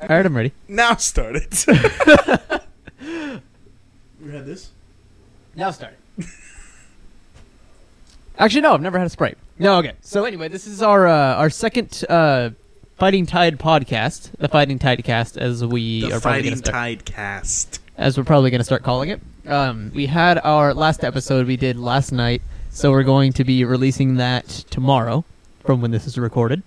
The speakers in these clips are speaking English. All right, I'm ready. Now start it. We had this. Now start. Actually, no, I've never had a Sprite. No, okay. So anyway, this is our uh, our second uh, Fighting Tide podcast, the Fighting Tide cast, as we the are probably gonna Fighting start, Tide cast. as we're probably going to start calling it. Um, we had our last episode we did last night, so we're going to be releasing that tomorrow, from when this is recorded.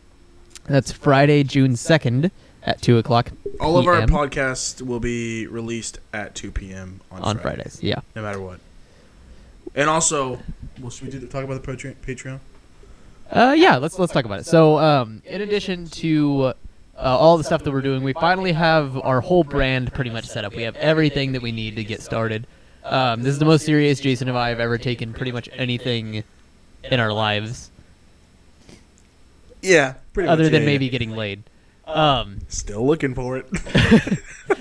That's Friday, June second at two o'clock. All of our PM podcasts will be released at 2 p.m. on, on Friday, Fridays. Yeah. no matter what. And also, Well, should we do the, talk about the Patreon? Patreon? Uh, yeah, let's let's talk about it. So, um, in addition to uh, all the stuff that we're doing, we finally have our whole brand pretty much set up. We have everything that we need to get started. Um, this is the most serious Jason and I have ever taken pretty much anything in our lives, yeah, pretty other much, than yeah, maybe yeah. getting laid. Um, still looking for it.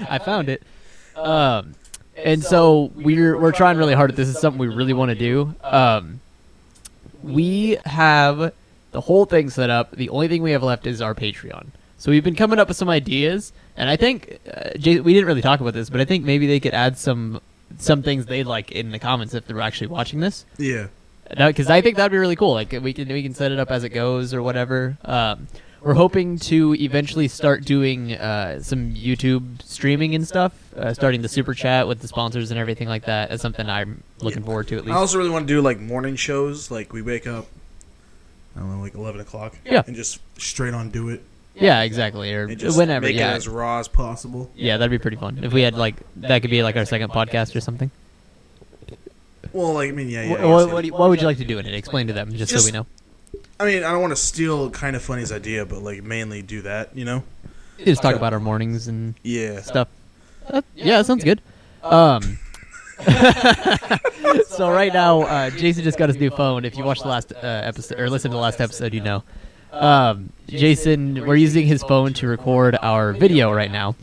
I found it. Um, and so we're we're trying really hard. at This is something we really want to do. Um, we have the whole thing set up. The only thing we have left is our Patreon. So we've been coming up with some ideas, and I think uh, Jay, we didn't really talk about this, but I think maybe they could add some some things they like in the comments if they're actually watching this. yeah, Because I think that'd be really cool. Like we can we can set it up as it goes or whatever. Um, we're hoping to eventually start doing uh, some YouTube streaming and stuff. Uh, starting the super chat with the sponsors and everything like that is something I'm looking Yeah. forward to at I least. also really want to do like morning shows. Like we wake up, I don't know, like 11 o'clock. Yeah. and just Straight on, do it. yeah, exactly. Or and just whenever. make it Yeah. as raw as possible. Possible. yeah, that'd be pretty fun if we had like that could be like our second podcast or something. Well, like I mean, yeah, yeah. I Wh- guess, what, yeah. what do you- what would you like to do in it? Explain to them just, so Just- we know. I mean, I don't want to steal kind of funny's idea, but like mainly do that, you know? Just talk about our mornings and Yeah. stuff. Uh, yeah, that sounds good. Um, so right now, uh, Jason just got his new phone. If you watched the last uh, episode or listened to the last episode, you know. Um, Jason, we're using his phone to record our video right now,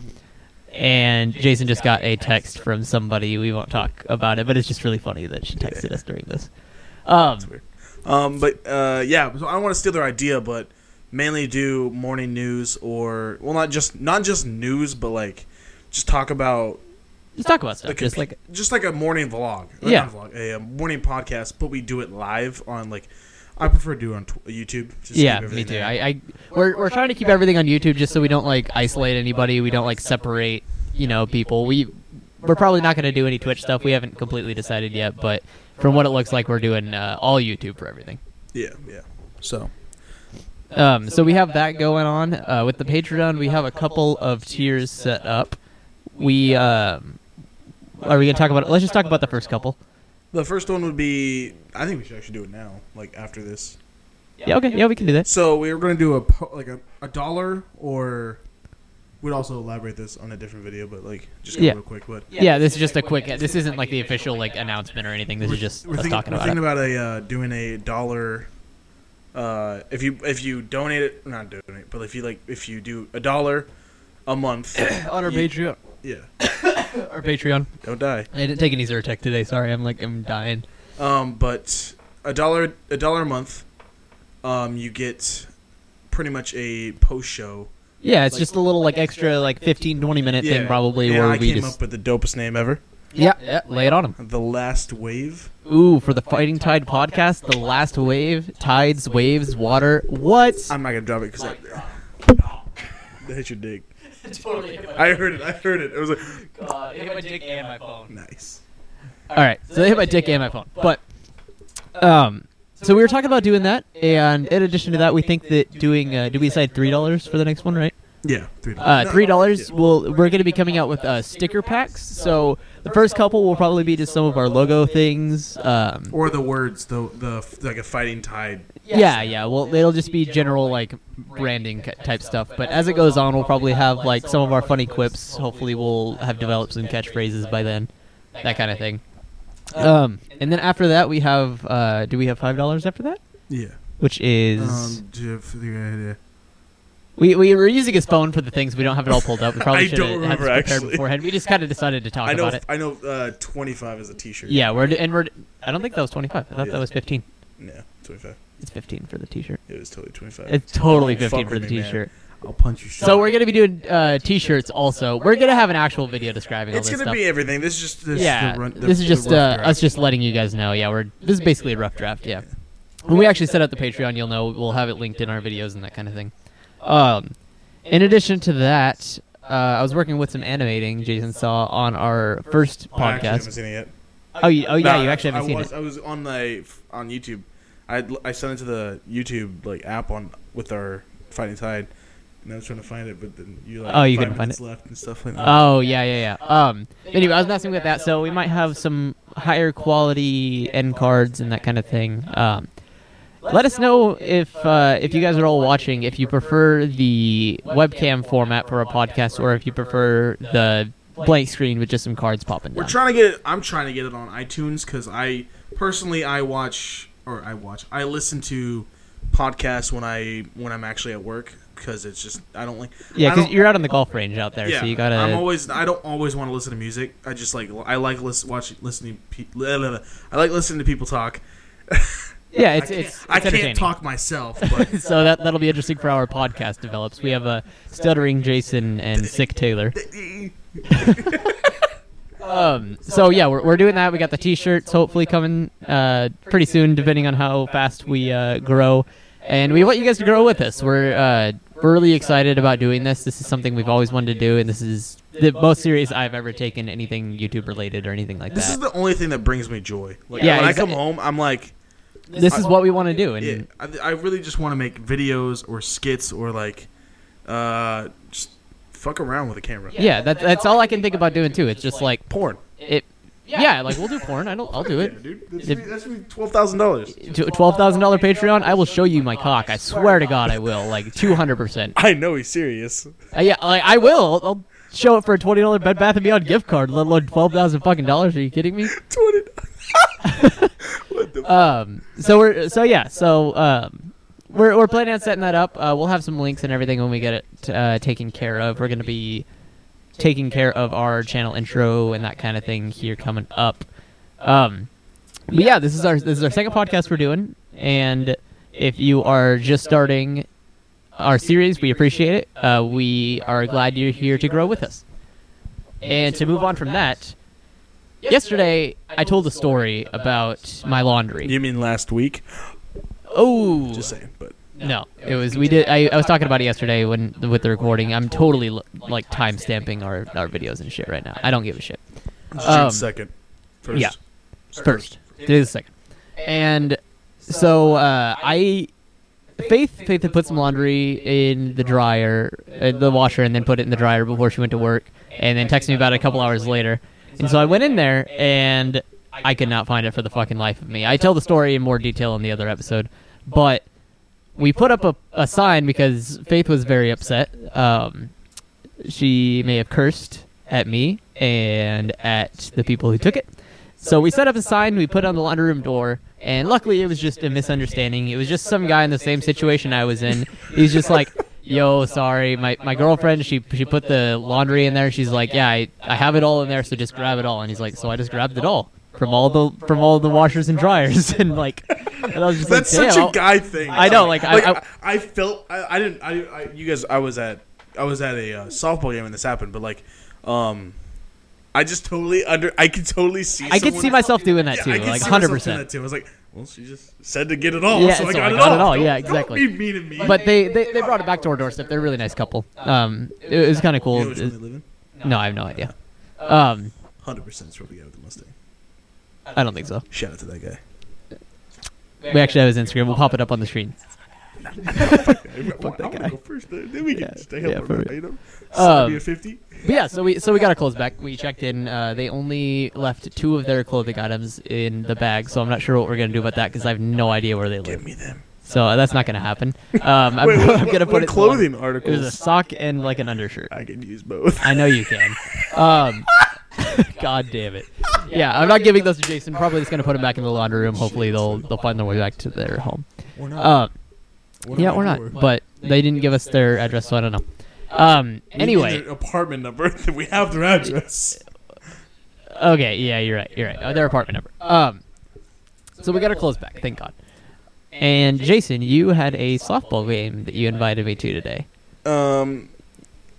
and Jason just got a text from somebody. We won't talk about it, but it's just really funny that she texted us during this. Um, Um, but uh, yeah, so I don't want to steal their idea, but mainly do morning news or well, not just not just news, but like just talk about just talk about the stuff, just compu- like just like a morning vlog. Uh, Yeah. not vlog, a, uh, morning podcast, but we do it live on like I prefer to do it on tw- YouTube. Just yeah, keep me everything too. there. I, I we're we're trying to keep everything on YouTube just so we don't like isolate anybody. We don't like separate, you know, people. We we're probably not going to do any Twitch stuff. We haven't completely decided yet, but from what it looks like, we're doing uh, all YouTube for everything. yeah, yeah. So Um, so we have that going on uh, with the Patreon. We have a couple of tiers set up. We um, are we going to talk about? It? Let's just talk about the first couple. the first one would be I think we should actually do it now, like after this. Yeah, okay, yeah, we can do that. So we were going to do a po- like a, a dollar or we'd also elaborate this on a different video, but like just go Yeah. real quick. But Yeah, this is just a quick. This isn't like the official like announcement or anything. This is just we're us thinking, talking we're about it. thinking about a uh, doing a dollar. Uh, if you if you donate it, not donate, but if you like if you do a dollar a month, on our you- Patreon. yeah, Our Patreon. don't die. I didn't take any Zyrtec today. Sorry, I'm like I'm dying. Um, but a dollar a dollar a month, um, you get pretty much a post show. Yeah, it's just a little like extra like 15, 20 minute thing Yeah. probably and where I we came just up with the dopest name ever, yeah, yeah lay it on them. the Last Wave. Ooh, for the Fighting Tide podcast, the last wave, tides, waves, water. What? I'm not gonna drop it because I. That hit your dick. I heard it. I heard it. It was like Uh, nice. All right, so they hit my dick and my phone, but um, so we were talking about doing that, and in addition to that, we think that doing uh, do we decide three dollars for the next one, right? Yeah, three dollars. Uh, three dollars. We'll we're going to be coming out with uh, sticker packs. So the first couple will probably be just some of our logo things. Um, Or the words, the the like a fighting tide. yeah, yeah. Well, it'll just be general like branding ki- type stuff. But as it goes on, we'll probably have like some of our funny quips. Hopefully, we'll have developed some catchphrases by then, that kind of thing. Um, and then after that, we have uh, do we have five dollars after that? Yeah. Which is Um, Jeff, yeah, we we were using his phone for the things we don't have it all pulled up. We probably I should don't have had remember, this prepared actually. beforehand. We just kind of decided to talk I know. about it. I know. Uh, twenty five is a T-shirt. Yeah, we're and we're. I don't think that was 25. I thought Yeah. that was 15. Yeah, twenty five. It's 15 for the t-shirt. It was totally twenty five. It's totally Fuck 15 for the with me, man. t-shirt. I'll punch you. So we're gonna be doing uh, t-shirts also. We're gonna have an actual video describing all It's this gonna stuff. be everything. This is just this is yeah, the run, the, this is just the rough uh, draft. us just letting you guys know. Yeah, we're this is basically a rough draft. Yeah, when we actually set up the Patreon, you'll know we'll have it linked in our videos and that kind of thing. Um, in addition to that, uh, I was working with some animating Jason saw on our first I actually haven't podcast. seen it yet. Oh, you, oh yeah, No, you actually I haven't seen was, it. I was on the on YouTube. I I sent it to the YouTube like app on with our Fighting Tide, And I was trying to find it, but then you like. Oh, you five couldn't find minutes left and stuff like that. Oh yeah, yeah, yeah. Um, anyway, I was messing with that, so we might have some higher quality end cards and that kind of thing. Um, let us know if uh, if you guys are all watching, if you prefer the webcam format for a podcast, or if you prefer the blank screen with just some cards popping We're down. trying to get it. I'm trying to get it on iTunes because I personally I watch or I watch I listen to podcasts when I when I'm actually at work because it's just I don't like Yeah, I because don't- you're out on the golf range out there, so you gotta. I'm always. I don't always want to listen to music. I just like. I like listen, watching, listening. Pe- blah, blah, blah. I like listening to people talk. yeah, it's I it's, can't, it's I entertaining. can't talk myself, but so that that'll be interesting for how our podcast develops. We have a stuttering Jason and sick Taylor. Um, so yeah, we're, we're doing that. We got the t-shirts hopefully coming uh, pretty soon, depending on how fast we uh, grow. And we want you guys to grow with us. We're uh, we're really excited about doing this. This is something we've always wanted to do, and this is the most serious I've ever taken anything YouTube related or anything like this is that. the only thing that brings me joy. Like, Yeah, when I exact- come home, I'm like, This is what we want to do, and yeah, I, I really just want to make videos or skits or like, uh, just fuck around with a camera. yeah, that, that's all I can think about doing too. It's just like Porn. it. Yeah, like we'll do porn. I don't. I'll do it. Yeah, dude. That's, If- me- that's me twelve thousand dollars. To a twelve thousand dollar Patreon, I will show you my cock. I swear to God, I will. Like two hundred percent. I know he's serious. Uh, yeah, like, I will. I'll, I'll show it for a twenty dollar Bed Bath and Beyond gift card. Let alone twelve thousand fucking dollars. Are you kidding me? Twenty. what the? Um. So we're so yeah. So um, we're we're planning on setting that up. Uh, we'll have some links and everything when we get it uh, taken care of. We're gonna be taking care of our channel intro and that kind of thing here coming up. Um. But yeah, this is our this is our second podcast we're doing, and if you are just starting our series, we appreciate it. Uh, we are glad you're here to grow with us. And to move on from that, yesterday I told a story about my laundry. you mean last week? Oh, Just saying, but no, it was we did. I, I was talking about it yesterday when with the recording. I'm totally l- like time stamping our our videos and shit right now. I don't give a shit. it's Um, June second. yeah. first. Today is the second. And so uh, I, Faith, Faith had put some laundry in the dryer, uh, the washer, and then put it in the dryer before she went to work, and then texted me about it a couple hours later. And so I went in there, and I could not find it for the fucking life of me. I tell the story in more detail in the other episode, but we put up a, a sign because Faith was very upset. Um, she may have cursed at me and at the people who took it. So we set up a sign, we put it on the laundry room door, and luckily it was just a misunderstanding. It was just some guy in the same situation I was in. He's just like, "Yo, sorry, my, my girlfriend, she she put the laundry in there. She's like, yeah, I, I have it all in there, so just grab it all." And he's like, "So I just grabbed it all from all the from all the washers and dryers." And like, and I was just That's like, such "Damn, a guy thing. I know, like, I- I, I felt, I, I didn't, I, I, you guys, I was at, I was at a uh, softball game when this happened, but like, um, I just totally under, I could totally see. I could see someone- myself doing that Yeah, too, I could like see myself doing hundred percent." that too. I was like, well, she just said to get it all, Yeah, so, I, got it all. yeah, Don't- exactly. Don't be mean to me. But they, they, they brought it back to our doorstep. They're a really nice couple. Um, it was kind of you cool. know which one they live in? No, I have no idea. Um, Hundred percent is probably the guy with the Mustang. I don't think so. Shout out to that guy. We actually have his Instagram. We'll pop it up on the screen. Fuck that guy. Go first, then then we can Yeah, stay yeah, up for on real. you know, Um, Seventy or fifty. But yeah, so we so we got our clothes back. We checked in. Uh, they only left two of their clothing items in the bag, so I'm not sure what we're gonna do about that because I have no idea where they Give live. me them. So that's not gonna happen. Um, I'm, Wait, what, I'm gonna put what- what it. in the one- clothing It was a articles. sock and like an undershirt. I could use both. I know you can. Um, God damn it. Yeah, I'm not giving those to Jason. Probably just gonna put them back in the laundry room. Hopefully they'll they'll find their way back to their home. Or not. Um, What yeah, am I or doing? not. But they didn't give us their address, so I don't know. Um, We need anyway, their apartment number. that we have Their their address. okay, yeah, you're right, you're right. Oh, their apartment number. Um, so we got our clothes back, thank God. And Jason, you had a softball game that you invited me to today. Um,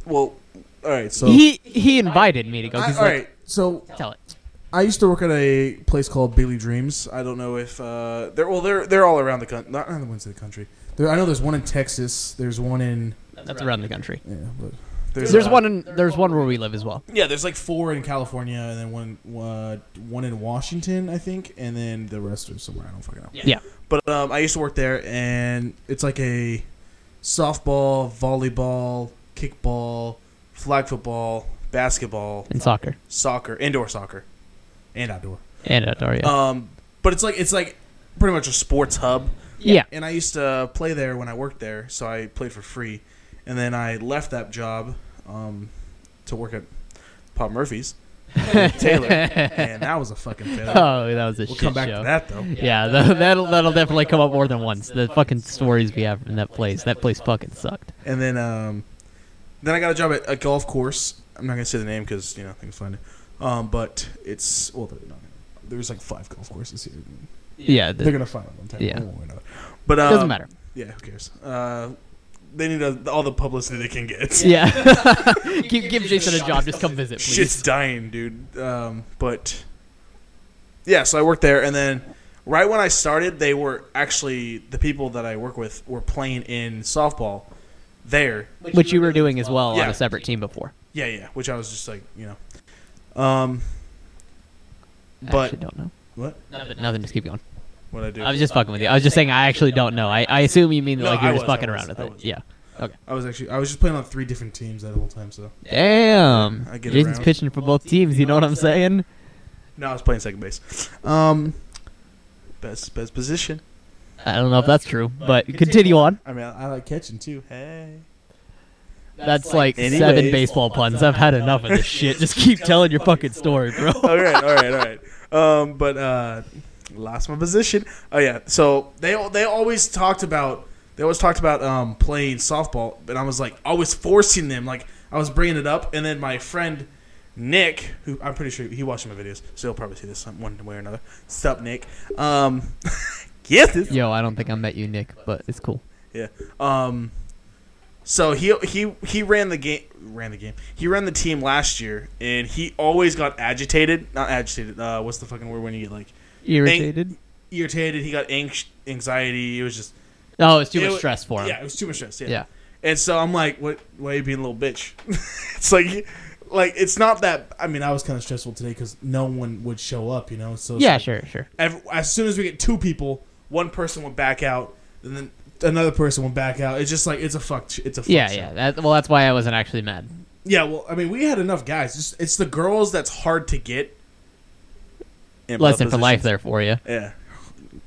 well, all right. So he he invited me to go. I- He's all like, right. So tell it. I used to work at a place called Billy Dreams. I don't know if uh, they're well, they're they're all around the country. Not not the ones in the country. There, I know there's one in Texas. There's one in That's around the country. yeah, but There's one in, there's one where we live as well. Yeah, there's like four in California, and then one uh, one in Washington, I think, and then the rest are somewhere I don't fucking know. Yeah. But um, I used to work there, and it's like a softball, volleyball, kickball, flag football, basketball, And soccer soccer, indoor soccer, and outdoor. and outdoor. Yeah. Um, but it's like it's like pretty much a sports hub. yeah. And I used to play there when I worked there, so I played for free. And then I left that job um, to work at Pop Murphy's, Taylor, and that was a fucking failure. Oh, that was a we'll shit come back show. to that though. Yeah, tha- that'll that'll definitely come up more than once. The fucking stories we have from that place. That place fucking sucked. And then, um, then I got a job at a golf course. I'm not gonna say the name because you know I can find it. Um, but it's well, they're not gonna- there's like five golf courses here. Yeah. They're The, gonna find it one time. Yeah. one way or another. But um, doesn't matter. Yeah, who cares? Uh, they need a, all the publicity they can get. Yeah. give give Jason a job. Just come visit, please. Shit's dying, dude. Um, but yeah, so I worked there, and then right when I started, they were actually the people that I work with were playing in softball there. Which you were doing as well on Yeah. a separate team before. Yeah, yeah. Which I was just like, you know, um, I But- actually don't know. what? Nothing. Nothing. Just keep going. What I do? I was just fucking with you. I was just saying I actually don't know. I, I assume you mean No, like you I were just was, I fucking was, around with I it. was. Yeah. I was actually I was just playing on three different teams that whole time. So Damn. I get Jason's around. pitching for both teams. You know what I'm saying? no, I was playing second base. Um, best best position. I don't know if that's true, but continue on. I mean, I, I like catching too. Hey. That's like Anyways. seven baseball puns. I've had enough of this shit. Just keep telling your fucking story, bro. all right, all right, all right. Um, but uh, lost my position. Oh yeah. So they they always talked about they always talked about um, playing softball, but I was like always forcing them. Like I was bringing it up, and then my friend Nick, who I'm pretty sure he watched my videos, so he'll probably see this some- one way or another. Sup, Nick? Um, kisses. Yo, I don't think I met you, Nick, but it's cool. Yeah. Um. So he he he ran the game ran the game. He ran the team last year, and he always got agitated. Not agitated. Uh, what's the fucking word when you get like Irritated? irritated? He got anx- anxiety. It was just Oh, it's too it much was- stress for him. Yeah, it was too much stress. Yeah. Yeah. And so I'm like, what? Why are you being a little bitch? it's like, like it's not that. I mean, I was kind of stressful today because no one would show up. You know. So it's Yeah, like- sure, sure. ev as soon as we get two people, one person went back out, and then another person went back out. It's just like it's a fuck. sh- It's a fuck Yeah, show. yeah. That, well, that's why I wasn't actually mad. yeah. Well, I mean, we had enough guys. Just it's the girls that's hard to get. in both Lesson for life positions. there for you.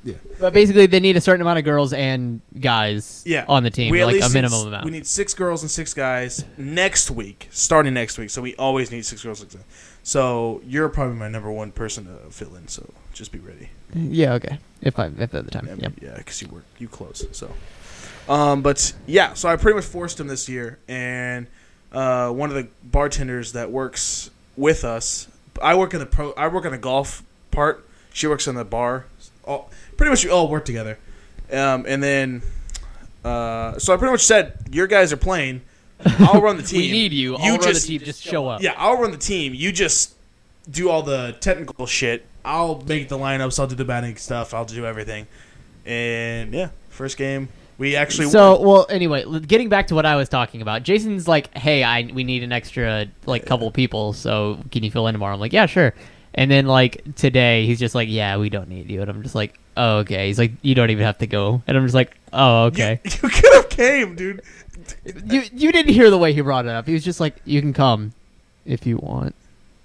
Yeah, But basically, they need a certain amount of girls and guys yeah. on the team, We at like a least need minimum s- amount. We need six girls and six guys next week, starting next week. So we always need six girls. and Six guys. So you're probably my number one person to fill in. So just be ready. yeah, okay. If I if at the time, yeah. Yeah, yeah, because you work, you close. So, um, but yeah, so I pretty much forced him this year, and uh, one of the bartenders that works with us, I work in the pro, I work in the golf part. She works in the bar. All, pretty much, we all work together. Um, and then, uh, so I pretty much said, "Your guys are playing. I'll run the team. We need you. All just, the team just show up. Yeah, I'll run the team. You just do all the technical shit. I'll make the lineups. I'll do the batting stuff. I'll do everything. And yeah, first game we actually So, well, anyway, l- getting back to what I was talking about, Jason's like, "Hey, I we need an extra like couple people, so can you fill in tomorrow?" I'm like, "Yeah, sure." And then like today, he's just like, "Yeah, we don't need you," and I'm just like, "Oh, okay." He's like, "You don't even have to go," and I'm just like, "Oh, okay." You, you could have came, dude. you you didn't hear the way he brought it up. He was just like, "You can come if you want,"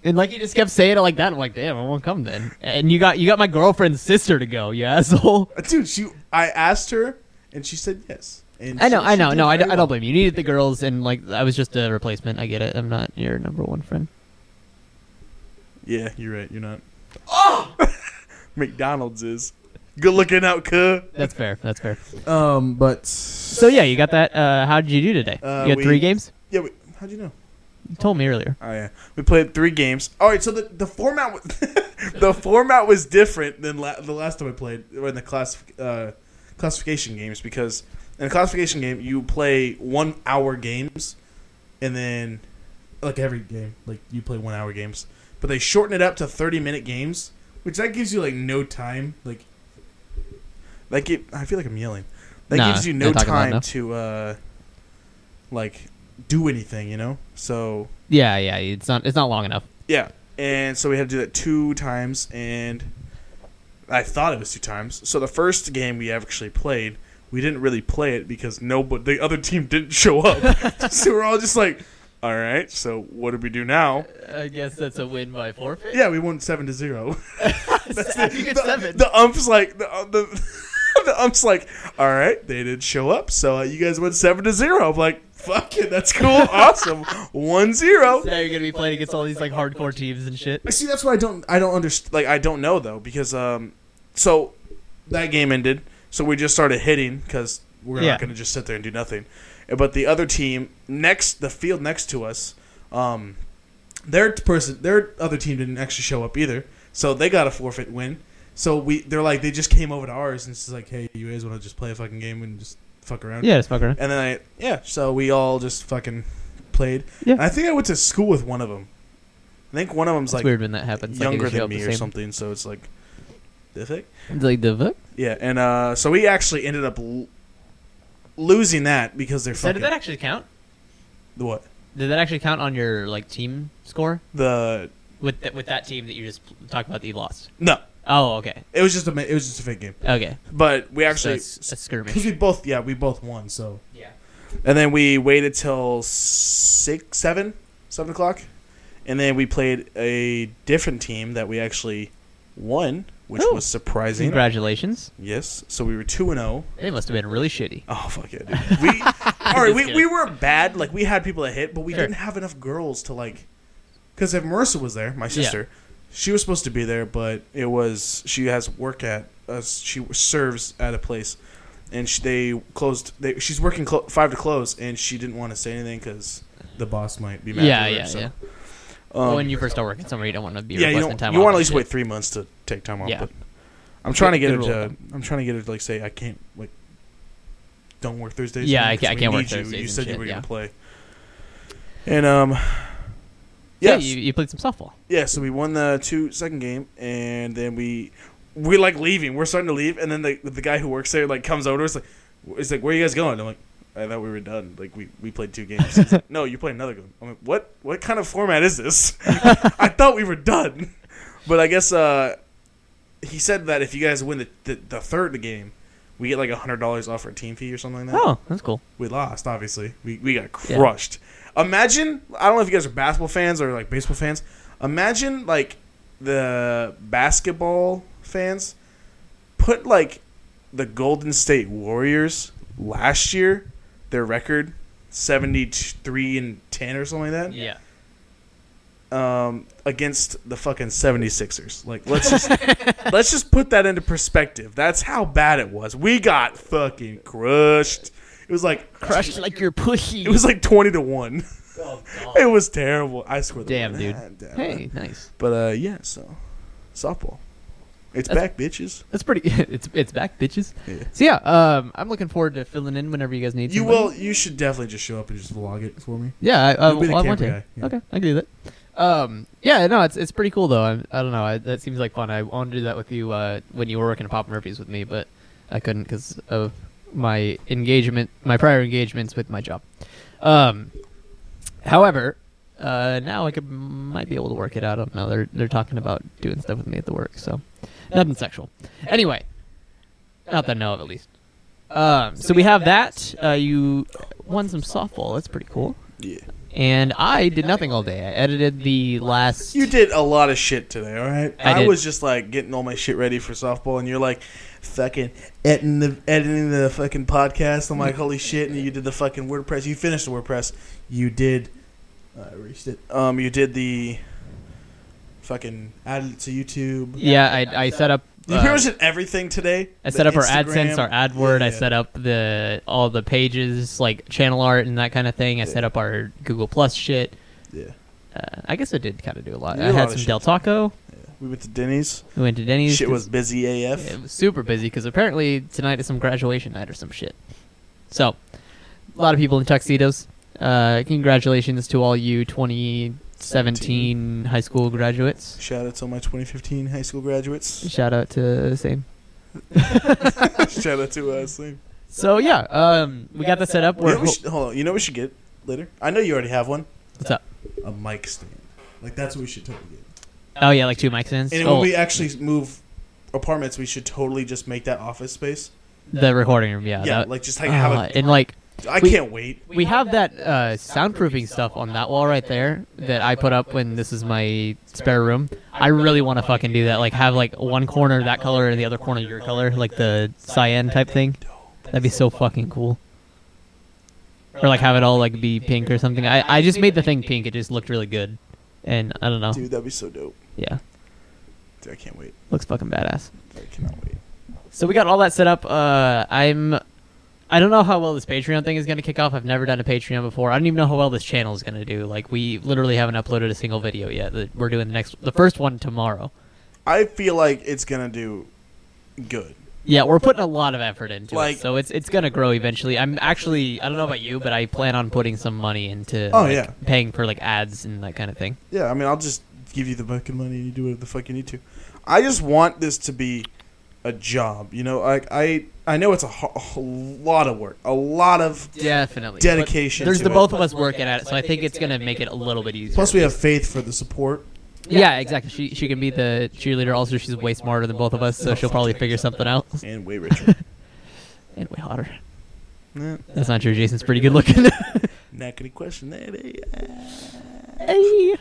and like he just kept saying it like that. I'm like, "Damn, I won't come then." And you got you got my girlfriend's sister to go, you asshole. Uh, Dude, she. I asked her, and she said yes. And I know, she- I she know. did No, I, d- very I well. don't blame you. You needed the girls, and like I was just a replacement. I get it. I'm not your number one friend. Yeah, you're right. You're not. Oh, McDonald's is good looking out, cuh. That's fair. That's fair. Um, but So yeah, you got that. Uh, how did you do today? Uh, you got we- three games. yeah. Wait, how'd you know? You told me earlier. Oh yeah, we played three games. All right, so the, the format was the format was different than la- the last time I played or in the class uh, classification games because in a classification game, you play one hour games, and then like every game, like you play one hour games, but they shorten it up to thirty minute games, which that gives you like no time. Like that give, I feel like I'm yelling. That Nah, gives you not no talking loud time enough. to uh, like do anything, you know. So Yeah, yeah. It's not it's not long enough. yeah, and so we had to do that two times, and I thought it was two times. So the first game we actually played, we didn't really play it because nobody, the other team didn't show up. so we're all just like, all right, so what do we do now? I guess that's a win by forfeit. Yeah, we won seven to zero. That's the, You get the- seven. the ump's like the um- the. The ump's like, all right, they didn't show up, so uh, you guys went seven to zero. I'm like, fuck it, that's cool, awesome, one zero. Now you're gonna be playing against all these like hardcore teams and shit. See, that's what I don't I don't understand. Like I don't know though because um, so that game ended. So we just started hitting because we're Yeah. not going to just sit there and do nothing. Uh, But the other team next, the field next to us, um, their t- person, their other team didn't actually show up either. So they got a forfeit win. So we, they're like, they just came over to ours and it's just like, hey, you guys want to just play a fucking game and just fuck around? Yeah, just fuck around. And then I, yeah, so we all just fucking played. Yeah. I think I went to school with one of them. I think one of them's It's like weird when that happens. like, they younger just show than up the me or same- something. So it's like, the heck? It's like the fuck. Yeah, and uh, so we actually ended up l- losing that because they're So fucking did that actually count? the what Did that actually count on your like team score the with th- with that team that you just talked about that you lost? no. Oh, okay, It was just a ma- it was just a fake game, okay. but we so actually it's a because skirmish. we both yeah we both won so Yeah. and then we waited till six seven seven o'clock, and then we played a different team that we actually won, which Oh. was surprising. Congratulations. Yes, so we were two and oh. zero. They must have been really shitty. Oh fuck yeah, dude. We all right. Just We, kidding. we weren't bad. Like we had people that hit, but we Sure. didn't have enough girls to like. Because if Marissa was there, my sister, she was supposed to be there, but it was she has work at us. She serves at a place, and she, they closed. They, she's working clo- five to close, and she didn't want to say anything because the boss might be mad. Yeah, at her, yeah, so, yeah. Um, when you first start working somewhere, you don't want to be yeah, you, requesting don't, time you off want to at and least shit. wait three months to take time off. Yeah. But I'm trying to get her Good to. rule of I'm trying to get her to like say I can't like. Don't work Thursdays. Yeah, man, I ca- 'cause I we can't work need you. Thursdays You and said shit, you were yeah. gonna play. And um. Yeah, yes. you, you played some softball. Yeah, so we won the two second game, and then we we like leaving. We're starting to leave, and then the the guy who works there like comes over. It's like it's like where you guys going? I'm like I thought we were done. Like we, we played two games. He's like, no, you played another game. I'm like what what kind of format is this? I thought we were done, but I guess uh he said that if you guys win the the, the third game, we get like a hundred dollars off our team fee or something like that Oh, that's cool. we lost. Obviously, we we got Yeah. crushed. Imagine I don't know if you guys are basketball fans or like baseball fans. Imagine like the basketball fans put like the Golden State Warriors last year, their record seventy three and ten or something like that, Yeah. um, against the fucking 76ers. Like let's just let's just put that into perspective. That's how bad it was. We got fucking crushed. It was like Crushed like your pussy. it was like twenty to one. Oh, It was terrible. I swear. to Damn, God. dude. God damn. Hey, nice. But uh, yeah. So softball. It's That's- back, bitches. That's pretty. It's it's back, bitches. Yeah. So yeah, um, I'm looking forward to filling in whenever you guys need. You somebody. will. You should definitely just show up and just vlog it for me. Yeah, I, I, You'll be the well, I want camera to. guy, yeah. Okay, I can do that. Um, yeah, no, it's it's pretty cool though. I, I don't know. I, that seems like fun. I wanted to do that with you uh, when you were working at Pop Murphy's with me, but I couldn't because of my engagement, my prior engagements with my job. Um, however, uh, now I could might be able to work it out. I don't know. They're they're talking about doing stuff with me at the work, so nothing sexual. Anyway, not that I know of at least. Um, so we have that. Uh, you won some softball. That's pretty cool Yeah. and I did nothing all day. I edited the last. You did a lot of shit today. All right. I did. was just like getting all my shit ready for softball, and you're like, fucking editing the editing the fucking podcast. I'm like, holy shit! And you did the fucking WordPress. You finished the WordPress. You did. I erased it. Um, you did the. Fucking added it to YouTube. Yeah, I, I set up. You uh, pretty much did everything today. I set up The our AdSense, Instagram. our AdWord. I Yeah. set up the all the pages, like channel art and that kind of thing. I set up our Google Plus shit. Yeah. Uh, I guess I did kind of do a lot. You I did a lot had of some shit. Del Taco. We went to Denny's. We went to Denny's. Shit 'cause- was busy AF. It was super busy because apparently tonight is some graduation night or some shit. So, a lot of people in tuxedos. Uh, congratulations to all you 2017 high school graduates. Shout out to all my 2015 high school graduates. Shout out to same. Shout out to uh, Slim. So yeah, um, we got that set up. You know We're, what we should, hold on. You know what we should get later? I know you already have one. what's up? A mic stand. Like that's what we should totally get. Oh yeah, like two mic stands. And when Oh, we actually move apartments, we should totally just make that office space. the recording room. Yeah. Yeah, that- like just like have uh, a. and like I we- can't wait. we have that uh, soundproofing stuff on that wall right there that I put up when this is my spare room. I really want to fucking do that. Like have like one corner that color and the other corner your color, like the cyan type thing. That'd be so fucking cool. Or like have it all like be pink or something. I I just made the thing pink. It just looked really good, and I don't know. Dude, that'd be so dope. Yeah, Dude, I can't wait. looks fucking badass. I cannot wait. So we got all that set up. Uh, I'm. I don't know how well this Patreon thing is going to kick off. I've never done a Patreon before. I don't even know how well this channel is going to do. Like we literally haven't uploaded a single video yet. The- We're doing the next, the first one tomorrow. I feel like it's gonna do good. Yeah, we're putting a lot of effort into Like- it, so it's it's going to grow eventually. I'm actually, I don't know about you, but I plan on putting some money into. Oh, like, yeah. paying for like ads and that kind of thing. Yeah, I mean, I'll just give you the fucking money and you do whatever the fuck you need to. I just want this to be a job, you know. Like I, I know it's a, ho- a lot of work, a lot of. Definitely Dedication There's to the it. both of us working at it, so I think it's going to make it a little bit easier. Plus, we have faith for the support. Yeah, exactly. She she can be the cheerleader. Also, she's way smarter than both of us, so she'll probably figure something out. And way richer. And way hotter. Nah, That's not true. Jason's pretty good looking. not gonna question that. eh? Hey.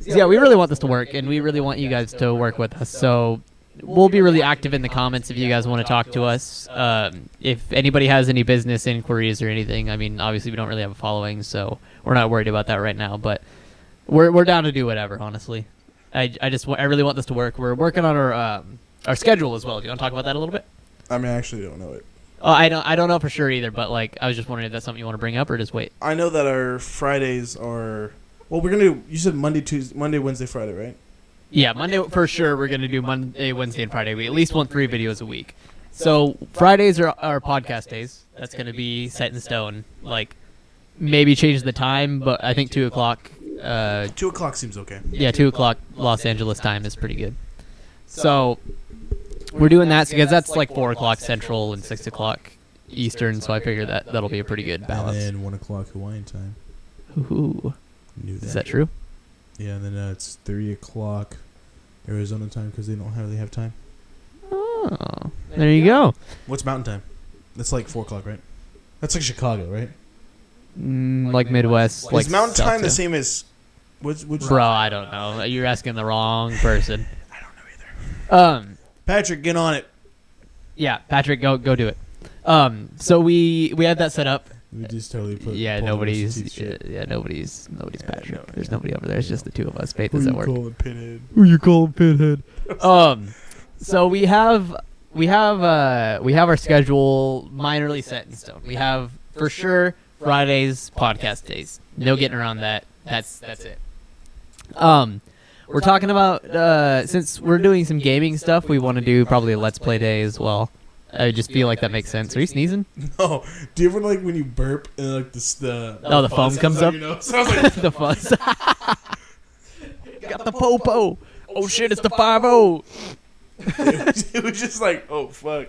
So, yeah, we really want this to work, and we really want you guys to work with us. So we'll be really active in the comments if you guys want to talk to us. Um, if anybody has any business inquiries or anything, I mean, obviously we don't really have a following, so we're not worried about that right now. But we're we're down to do whatever, honestly. I, I just want, I really want this to work. We're working on our um, our schedule as well. Do you want to talk about that a little bit? I mean, I actually don't know it. Oh, I don't I don't know for sure either, but like I was just wondering if that's something you want to bring up or just wait. I know that our Fridays are. Well, we're gonna. do- You said Monday, Tuesday, Monday, Wednesday, Friday, right? Yeah, Monday for sure. We're gonna do Monday, Wednesday, and Friday. We at least want three videos a week. So Fridays are our podcast days. That's gonna be set in stone. Like maybe change the time, but I think two o'clock. Uh, Two o'clock seems okay. yeah, two o'clock Los Angeles time is pretty good. So we're doing that because that's like four o'clock Central and six o'clock Eastern. So I figure that that'll be a pretty good balance. And then one o'clock Hawaiian time. Ooh, Knew that. is that true? Yeah, and then uh, it's three o'clock Arizona time because they don't really have time. Oh, there you go. What's Mountain time? That's like four o'clock, right? That's like Chicago, right? Mm, like Midwest, like Is Mountain South Time the Dakota. same as? What's, what's Bro, I don't know. You're asking the wrong person. I don't know either. Um, Patrick, get on it. yeah, Patrick, go go do it. Um, so we we had that set up. We just totally put. Yeah, Paul versus nobody's Teeth yeah, shit. nobody's nobody's Yeah, Patrick. no, There's yeah. nobody over there. It's just the two of us. Faith Who is at you work. calling Pinhead? Who you calling Pinhead? um, so we have we have uh we have our schedule minorly set in stone. We have for sure Fridays podcast days. No getting around that. That's that's it. Um, we're talking about uh since we're doing some gaming stuff, we want to do probably a let's play day as well. I just feel like that makes sense. Are you sneezing? No, do you ever like when you burp and like this the Oh, the foam comes up? You know, so I was like, the fuzz. Got the popo. Oh shit! It's the five oh. o. it, was, it was just like, oh fuck.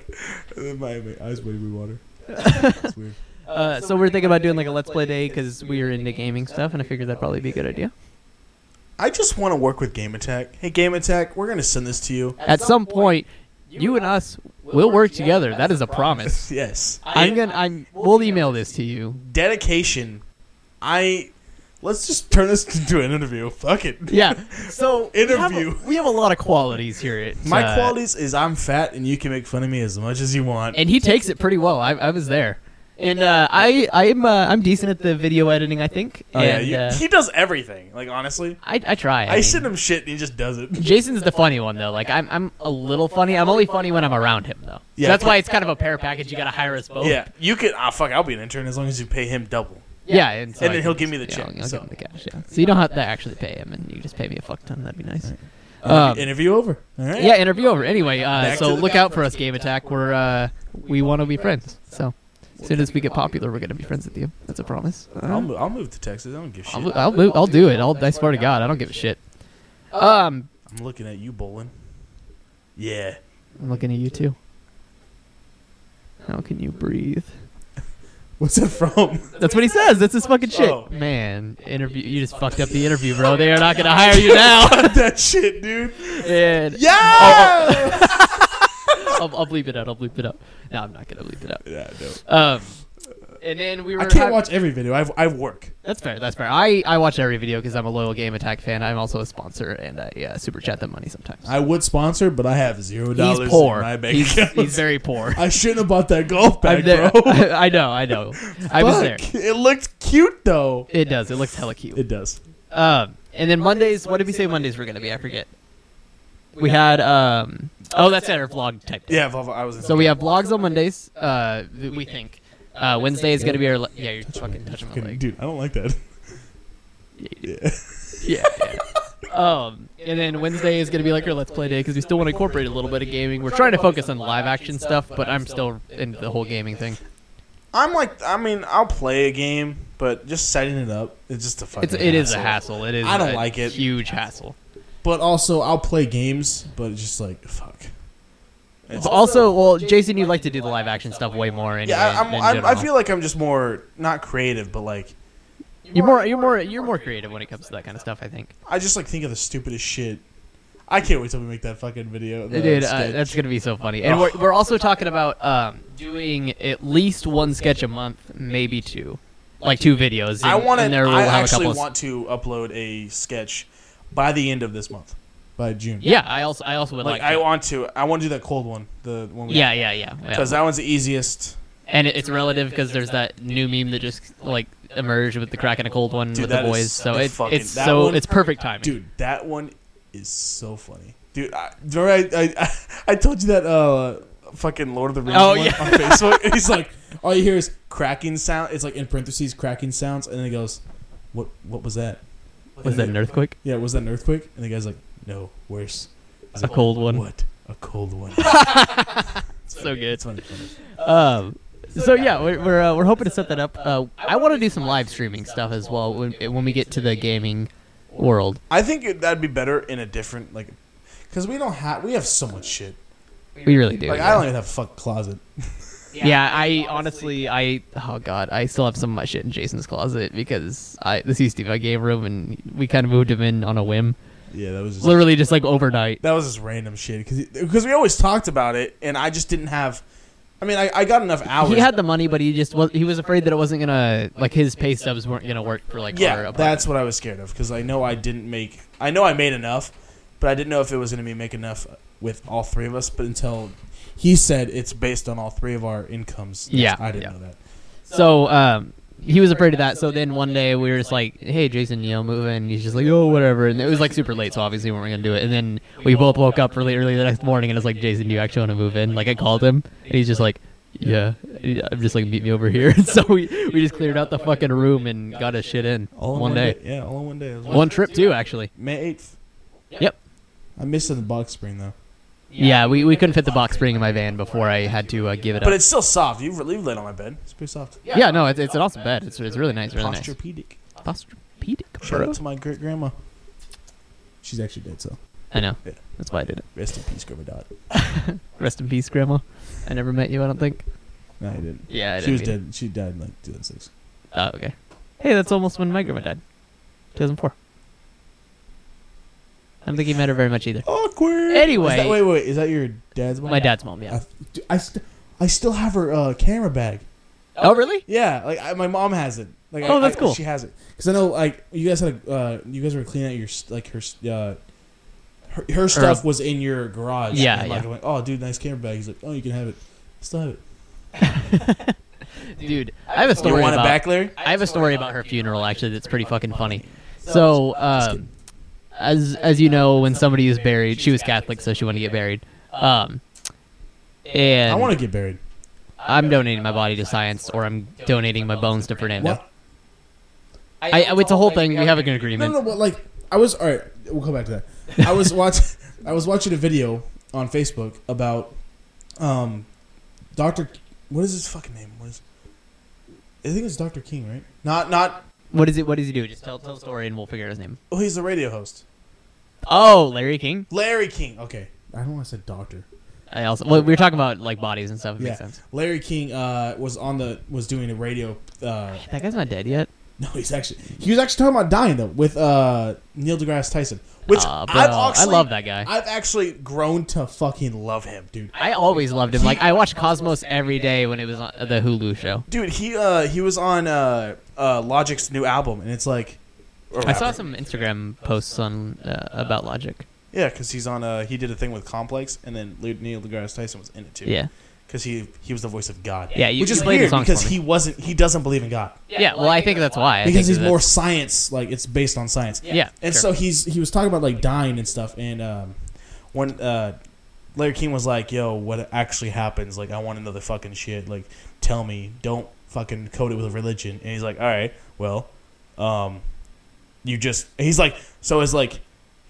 and then my, my eyes wavy water. It's weird. Uh, so we're thinking about doing like a let's play day because we're into gaming stuff, and I figured that'd probably be a good idea. I just want to work with Game Attack. Hey, Game Attack, we're gonna send this to you. At some point, you and us will work together. That is a promise. Yes, I'm gonna. I'm. We'll email this to you. dedication. I let's just turn this into an interview. Fuck it. Yeah. So we have a- We Interview. have a, lot of qualities here. At, My uh, qualities is I'm fat and you can make fun of me as much as you want. and he takes it pretty well. I, I was there, and uh, I I'm uh, I'm decent at the video editing. I think. Oh, yeah, and, you- uh, he does everything. Like honestly, I I try. I, mean- send him shit and he just does it. Jason's the funny one though. Like I'm, I'm a little funny. I'm only funny when I'm around him though. Yeah. So that's why it's kind of a pair package. You gotta hire us both. Yeah, you could. Ah, fuck. I'll be an intern as long as you pay him double. Yeah, and, so And I then can he'll just- give me the yeah, check, I'll give so. him the cash. Yeah. So you don't have to actually pay him, and you just pay me a fuck ton. That'd be nice. Um, interview over. All right. yeah, interview over. Anyway, uh, Back to so the look out for us, Game Attack. We're uh, we want to be friends. So As soon as we get popular, we're gonna be friends with you. That's a promise. Uh, I'll move, I'll move to Texas. I don't give a shit. I'll, mo- I'll, move, I'll do it. I'll, I swear to God, I don't give a shit. Um, I'm looking at you, Bolin. Yeah. I'm looking at you too. How can you breathe? What's it from? That's what he says. That's his fucking Oh. shit. Man, interview. You just fucked up the interview, bro. They are not gonna hire you now. that shit, dude. And Yeah. I'll, I'll bleep it out. I'll bleep it up. No, I'm not gonna bleep it out. yeah, no. Um, and then we were. I can't hav- watch every video. I've I've work. That's fair. That's fair. I, I watch every video because I'm a loyal Game Attack fan. I'm also a sponsor, and I uh, super chat them money sometimes. I would sponsor, but I have zero dollars. He's poor. In my bank He's, account. he's very poor. I shouldn't have bought that golf I'm bag, there. bro. I know. I know. I was there. Fuck. It looked cute though. It does. It looks hella cute. It does. Um, and then Mondays. What did we say Mondays were gonna be? I forget. We had um. Oh, that's at our vlog type. Day. Yeah, Volvo, I was. In So we have vlogs on Mondays. Uh, th- we think. Uh, Wednesday is gonna be our. le- yeah, you're fucking touching my Fucking- leg. Dude, I don't like that. Yeah, you do. Yeah. yeah. yeah. Um, and then Wednesday is gonna be like our let's play day because we still want to incorporate a little bit of gaming. We're trying to focus on live action stuff, but I'm still into the whole gaming thing. I'm like, I mean, I'll play a game, but just setting it up, it's just a fucking. It's it is a hassle. It is. I don't a like it. Huge hassle. But also, I'll play games, but it's just like fuck. It's- Also, well, Jason, you like to do the live action stuff way more. Anyway, yeah, I, I'm, in I'm, I general. feel like I'm just more not creative, but like You're more, you're more, you're more creative when it comes to that kind of stuff. I think, I just like think of the stupidest shit. I can't wait till we make that fucking video. the dude, uh, sketch. that's gonna be so funny. And we're, we're also talking about um, doing at least one sketch a month, maybe two, like two videos. And, I want and there to. we'll I have a actually couple of- want to upload a sketch by the end of this month. By June. Yeah, I also, I also would Like, like. I to. want to. I want to do that cold one. The one. We yeah, yeah, yeah. yeah. Because that one's the easiest. and it, it's relative because there's that new meme that just like emerged with the crack and a cold one Dude, with the that is boys. So the it, fucking- it's that so one- it's perfect timing. Dude, that one Is so funny. Dude, I, remember I, I I told you that uh fucking Lord of the Rings Oh, one yeah. on Facebook. He's like, All you hear is cracking sound. It's like in parentheses cracking sounds, and then it goes, "What? What was that? was that an earthquake? Yeah, was that an earthquake?" And the guy's like, "No, worse. He's A like, cold one. What? A cold one." So good. It's funny. funny. Um, so yeah, we're we're, uh, we're hoping to set that up. Uh, I want to do some live streaming stuff as well when when we get to the gaming world. I think it, that'd be better in a different like, because we don't have we have so much shit. We really do. Like I yeah. don't even have a fuck closet. Yeah, I honestly, I oh god, I still have some of my shit in Jason's closet because I this used to be my game room and we kind of moved him in on a whim, Yeah, that was just literally just like overnight. That was just random shit because we always talked about it, and I just didn't have. I mean, I, I got enough hours. He had the money, but he just was he was afraid that it wasn't gonna like his pay stubs weren't gonna work for like our yeah, apartment. that's what I was scared of because I know I didn't make. I know I made enough, but I didn't know if it was going to be make enough with all three of us. But until he said it's based on all three of our incomes. Yeah, I didn't yeah. know that. So um, he was afraid of that. So then one day we were just like, "Hey, Jason, you know, move in." He's just like, "Oh, whatever." And it was like super late, so obviously we weren't gonna do it. And then we both woke up really early the next morning, and it's like, "Jason, do you actually want to move in?" Like I called him, and he's just like, "Yeah." I'm just like, "Meet me over here." And so we we just cleared out the fucking room and got his shit in Oh all in one day, Yeah, all in one day. It was like- one trip too, actually. May eighth. I missed the box spring though. Yeah, we, we couldn't fit the box spring in my van before I had to uh, give it up. But it's still soft. You've, you've laid on my bed. It's pretty soft. yeah, no, it's, it's an awesome bed. It's, it's really nice, really nice. Posturepedic. Posturepedic, Shout bro. out to my great grandma. She's actually dead, so I know. Yeah. That's why I did it. rest in peace, Grandma Dot. Rest in peace, Grandma. I never met you, I don't think. No, I didn't. Yeah, I she was dead. She died in like 2006. Oh, okay. Hey, that's almost when my grandma died. 2004. I don't think he met her very much either. Awkward. Anyway. Is that, wait, wait, is that your dad's mom? My dad's mom, yeah. Dude, I, st- I still have her uh, camera bag. Oh, really? Yeah, like I, my mom has it. Like, Oh, I- that's I- cool. She has it because I know like you guys had a, uh, you guys were cleaning out your s- like her s- uh, her, her stuff was in your garage. Yeah, and, like, yeah. I'm like, oh, dude, nice camera bag. He's like, oh, you can have it. I still have it. Dude, I have a You story want it about back, Larry? I have a story about her funeral actually that's pretty fucking funny. So, um, as as you know, when somebody is buried, she was Catholic, so she wanted to get buried. Um, and I want to get buried. I'm donating my body to science, or I'm donating my bones to Fernando. What? I, I, it's a whole thing. We have an No, agreement. no, but like I was all right. We'll come back to that. I was watch. I was watching a video on Facebook about um, Doctor. What is his fucking name? What is I think it's Dr. King, right? Not not. What is it? What does he do? Just tell tell the story and we'll figure out his name. Oh, he's the radio host. Oh, Larry King. Larry King. Okay, I don't want to say doctor. I also well, we were talking about like bodies and stuff. It yeah, makes sense. Larry King uh, was on the was doing a radio. Uh, That guy's not dead yet. no, he's actually he was actually talking about dying though with uh, Neil deGrasse Tyson, which Aw, Uh, bro, I've I actually, love that guy. I've actually grown to fucking love him, dude. I always loved him. Like I watched Cosmos every day when it was on the Hulu show. Dude, he uh, he was on uh, uh, Logic's new album, and it's like I saw some Instagram posts on uh, about Logic. yeah, because he's on uh, he did a thing with Complex, and then Neil deGrasse Tyson was in it too. Yeah. because he he was the voice of God. Yeah, you- which you is played the weird songs because for me. he wasn't he doesn't believe in God Yeah. well, I think that's why. I because think he's that- more science like it's based on science. Yeah. And sure. so he's he was talking about like dying and stuff, and um, when uh, Larry King was like, "Yo, what actually happens? Like, I want to know the fucking shit. Like, tell me. Don't fucking code it with religion." And he's like, "All right, well, um, you just." He's like, "So it's like,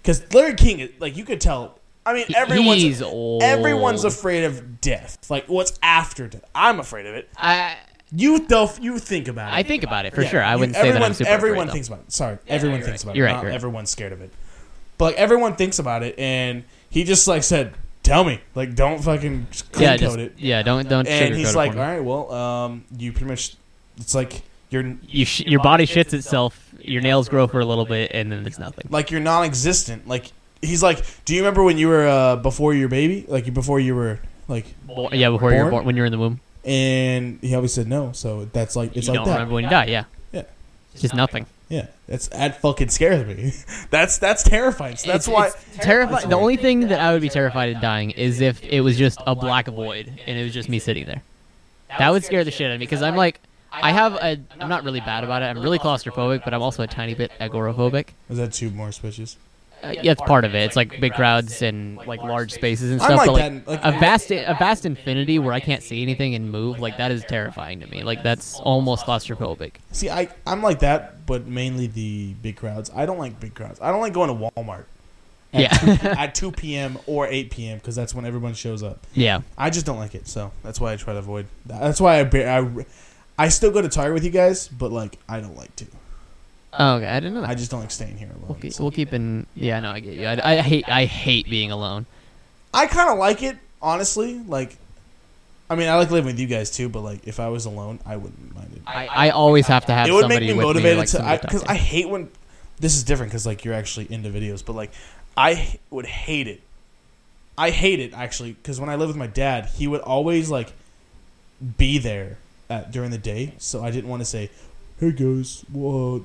because Larry King, is- like, you could tell. I mean, He- everyone's he's old. everyone's afraid of death. Like, what's after death? I'm afraid of it. I You though, you think about it. I think about it for Yeah, sure. I you- wouldn't say that everyone- I'm super Everyone afraid, though. thinks about it. Sorry, everyone you're thinks right. about You're it. right, Not you're right. everyone's scared of it, but like, everyone thinks about it, and he just like said, "Tell me, like, don't fucking just clean yeah, coat just, it." yeah, don't don't And sugarcoat he's it like, for "All me. right, well, um, you pretty much, it's like you're you sh- your body shits itself, your nails grow for a little bit, and then it's nothing. like you're non-existent." Like he's like, "Do you remember when you were uh, before your baby? Like you before you were like." Bo- yeah, before you're Born? born, when you're in the womb, And he always said no, so that's like it's you like don't that. remember when you die. Yeah, Yeah. just nothing. Yeah, that's that fucking scares me. that's that's terrifying. So that's It's- why it's terrifying. The only thing that I would be terrified of dying is if it was just a black void and it was just me sitting there. That would scare the shit out of me because I'm like, I have a. I'm not really bad about it. I'm really claustrophobic, but I'm also a tiny bit agoraphobic. is that two more switches? Uh, yeah, it's part of it. It's like big crowds and like large spaces and I'm stuff. like But that like in- like- a vast, a vast infinity where I can't see anything and move, like that is terrifying to me. Like that's almost claustrophobic. See, I I'm like that, but mainly the big crowds. I don't like big crowds. I don't like going to Walmart at Yeah. 2, at two p.m. or eight p.m. because that's when everyone shows up. Yeah, I just don't like it, so that's why I try to avoid. That. That's why I, ba- I I still go to Target with you guys, but like I don't like to. Oh, okay, I didn't know that. I just don't like staying here alone. we'll, keep, we'll keep in. Yeah, no, I get you. I, I hate. I hate being alone. I kind of like it, honestly. Like, I mean, I like living with you guys too, but like if I was alone, I wouldn't mind it. I, I always have to have it would make somebody me with motivated me, like, to somebody because talk I, to. hate when this is different because like you're actually into videos, but like I h- would hate it. I hate it actually because when I lived with my dad, he would always like be there at, during the day, so I didn't want to say, "Here goes whoa,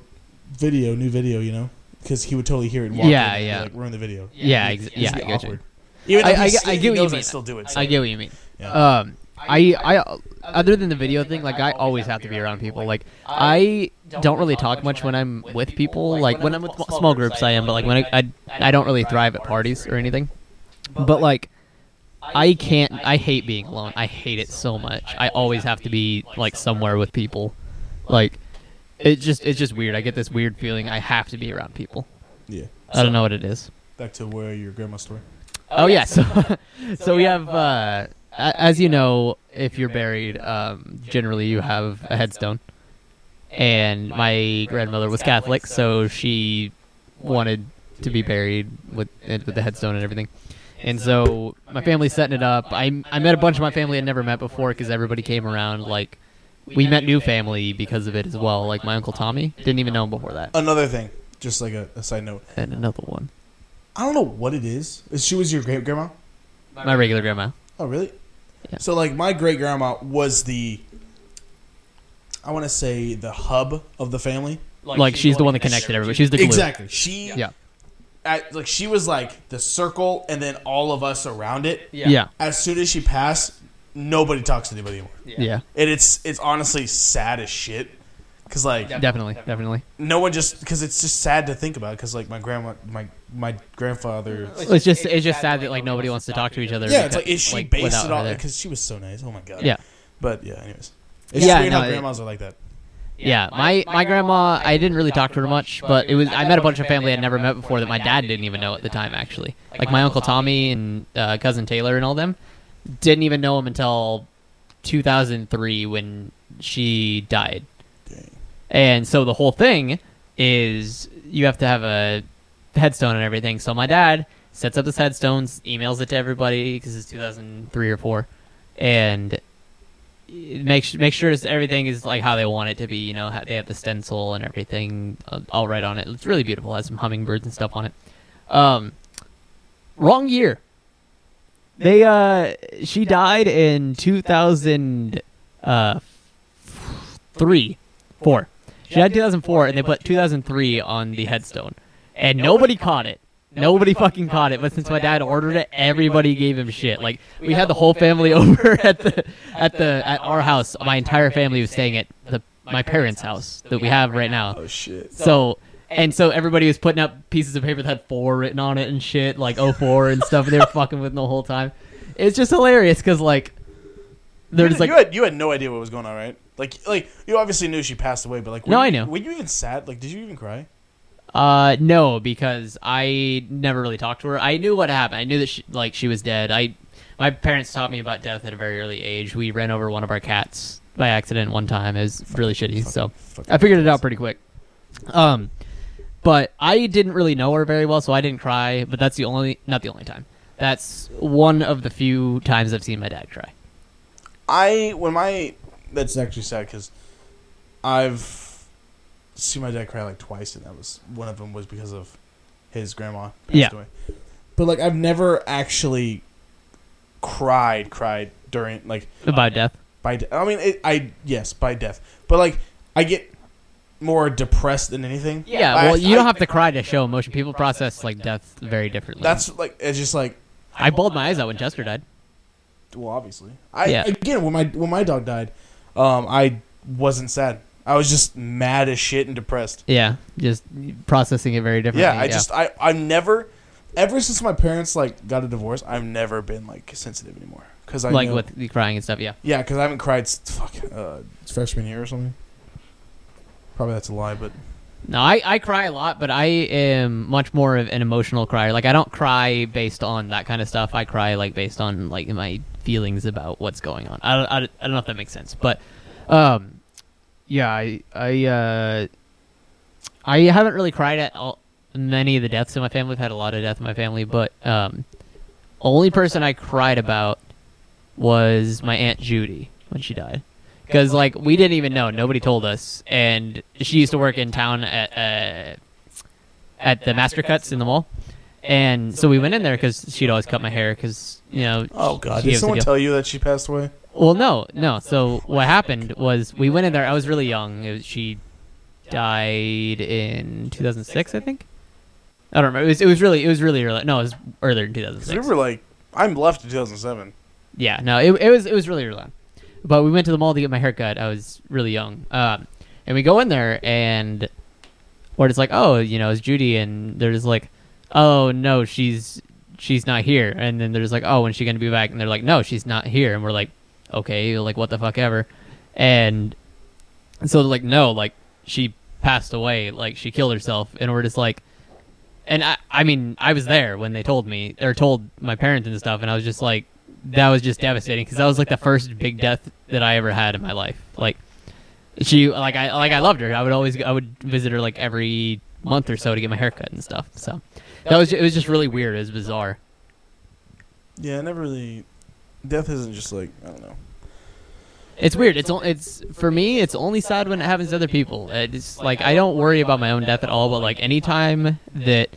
video, new video," you know, because he would totally hear it. And walk Yeah, in and be yeah. Like, ruin the video. Yeah, It'd ex- just yeah, be I get you. awkward. Even I- though I he get- see- I he get what you knows I mean. still do it. so- I get what you mean. Yeah. Um, I, I, other than the video thing, like I always have to be around people. Like I don't really talk much when I'm with people. Like when I'm with small groups, I am. But like when I, I, I don't really thrive at parties or anything. But like, I can't. I hate being alone. I hate it so much. I always have to be like somewhere with people. Like, it just, it's just weird. I get this weird feeling. I have to be around people. yeah. I don't know what it is. Back to where your grandma's story. Oh, yeah, so so we have uh, a- as you know, if you're buried, um, generally you have a headstone. And my grandmother was Catholic, so she wanted to be buried with with the headstone and everything. And so my family's setting it up. I I met a bunch of my family I'd never met before because everybody came around. Like we met new family because of it as well. Like my uncle Tommy didn't even know him before that. Another thing, just like a, a side note. And another one, I don't know what it is. She was your great grandma. my regular grandma. Oh, really? Yeah. So, like, my great grandma was the, I want to say, the hub of the family. Like, she's the one that connected everybody. She's the glue. Exactly. She, Yeah. At, like, she was like the circle, and then all of us around it. yeah. As soon as she passed, nobody talks to anybody anymore, Yeah, and it's it's honestly sad as shit. Cause like definitely, definitely. no one just because it's just sad to think about. Cause like my grandma, my my grandfather. It's just it's just sad that like nobody wants to talk to each other. Yeah, it's because- like is she based without it her on? there. Because she was so nice. Oh my god. Yeah. But yeah, anyways. It's Yeah, just weird no, how it- grandmas are like that. Yeah, my my grandma, I didn't really talk to her much, but it was I met a bunch of family I'd never met before that my dad didn't even know at the time actually. Like my uncle Tommy and uh, cousin Taylor and all them didn't even know him until 2003 when she died. And so the whole thing is you have to have a headstone and everything. So my dad sets up this headstone, emails it to everybody because it's 2003 or four, and make make sure it's, everything is like how they want it to be. You know, how- they have the stencil and everything uh, all right on it. It's really beautiful. It has some hummingbirds and stuff on it. Um, wrong year. They uh, she died in 2000. Uh, three, four. She died in 2004, and they put 2003 on the headstone, and nobody caught it. Nobody fucking caught it. But since my dad ordered it, everybody gave him shit. Like we had the whole family over at the at the at our house. My entire family was staying at the my parents' house that we have right now. Oh shit. So. And so everybody was putting up pieces of paper that had four written on it and shit, like 04 and stuff. And they were fucking with them the whole time. It's just hilarious because like they're You, just like you had you had no idea what was going on, right? Like like you obviously knew she passed away, but like were No, you, I knew. Were you even sad? Like did you even cry? Uh, no, because I never really talked to her. I knew what happened. I knew that she, like she was dead. I, my parents taught me about death at a very early age. We ran over one of our cats by accident one time. It was really shitty. So I figured it out pretty quick. Um, but I didn't really know her very well, so I didn't cry. But that's the only, not the only time. That's one of the few times I've seen my dad cry. I when my that's actually sad because I've seen my dad cry like twice, and that was one of them was because of his grandma passed Yeah. away. But like I've never actually cried, cried during like About death. by de- I mean it, I yes by death, but like I get more depressed than anything. Yeah. I- Well, you I- don't have to cry to show emotion. People process like death very differently. That's like it's just like I bawled my eyes out when Chester died. well obviously I Yeah. again when my when my dog died, um I wasn't sad. I was just mad as shit and depressed. Yeah, just processing it very differently. Yeah, I just I I've never ever since my parents like got a divorce, I've never been like sensitive anymore because I like know, with the crying and stuff. Yeah, yeah because I haven't cried s- fuck uh, freshman year or something. Probably that's a lie, but no, I I cry a lot, but I am much more of an emotional crier. Like I don't cry based on that kind of stuff. I cry like based on like my feelings about what's going on. I don't I, don't- I don't know if that makes sense, but um, yeah, I I uh, I haven't really cried at all, many of the deaths in my family. I've had a lot of death in my family, but um, only person I cried about was my aunt Judy when she died. Because like we didn't even know, nobody told us, and she used to work in town at uh, at the Master Cuts in the mall, and so we went in there because she'd always cut my hair because you know. oh god, she did gives a someone deal. tell you that she passed away? Well, no, no. So what happened was we went in there. I was really young. It was- she died in 2006, I think. I don't remember. It was, it was really, it was really early. No, it was earlier in 'Cause we 2006. were like I'm left in 2007. Yeah, no, it, it was it was really early on. But we went to the mall to get my haircut. I was really young, um, and we go in there, and where it's like, oh, you know, it's Judy, and they're just like, oh no, she's she's not here, and then they're just like, oh, when's she gonna be back? And they're like, no, she's not here, and we're like, okay, like what the fuck ever, and so they're like, no, like she passed away, like she killed herself, and we're just like. And I, I mean, I was there when they told me, or told my parents and stuff, and I was just like, that was just devastating because that was like the first big death that I ever had in my life. Like she, like I, like I loved her. I would always, I would visit her like every month or so to get my haircut and stuff. So that was, it was just really weird. It was bizarre. Yeah, I never really. Death isn't just like I don't know. It's weird. It's only, it's for me. It's only sad when it happens to other people. It's like I don't worry about my own death at all, but like any time that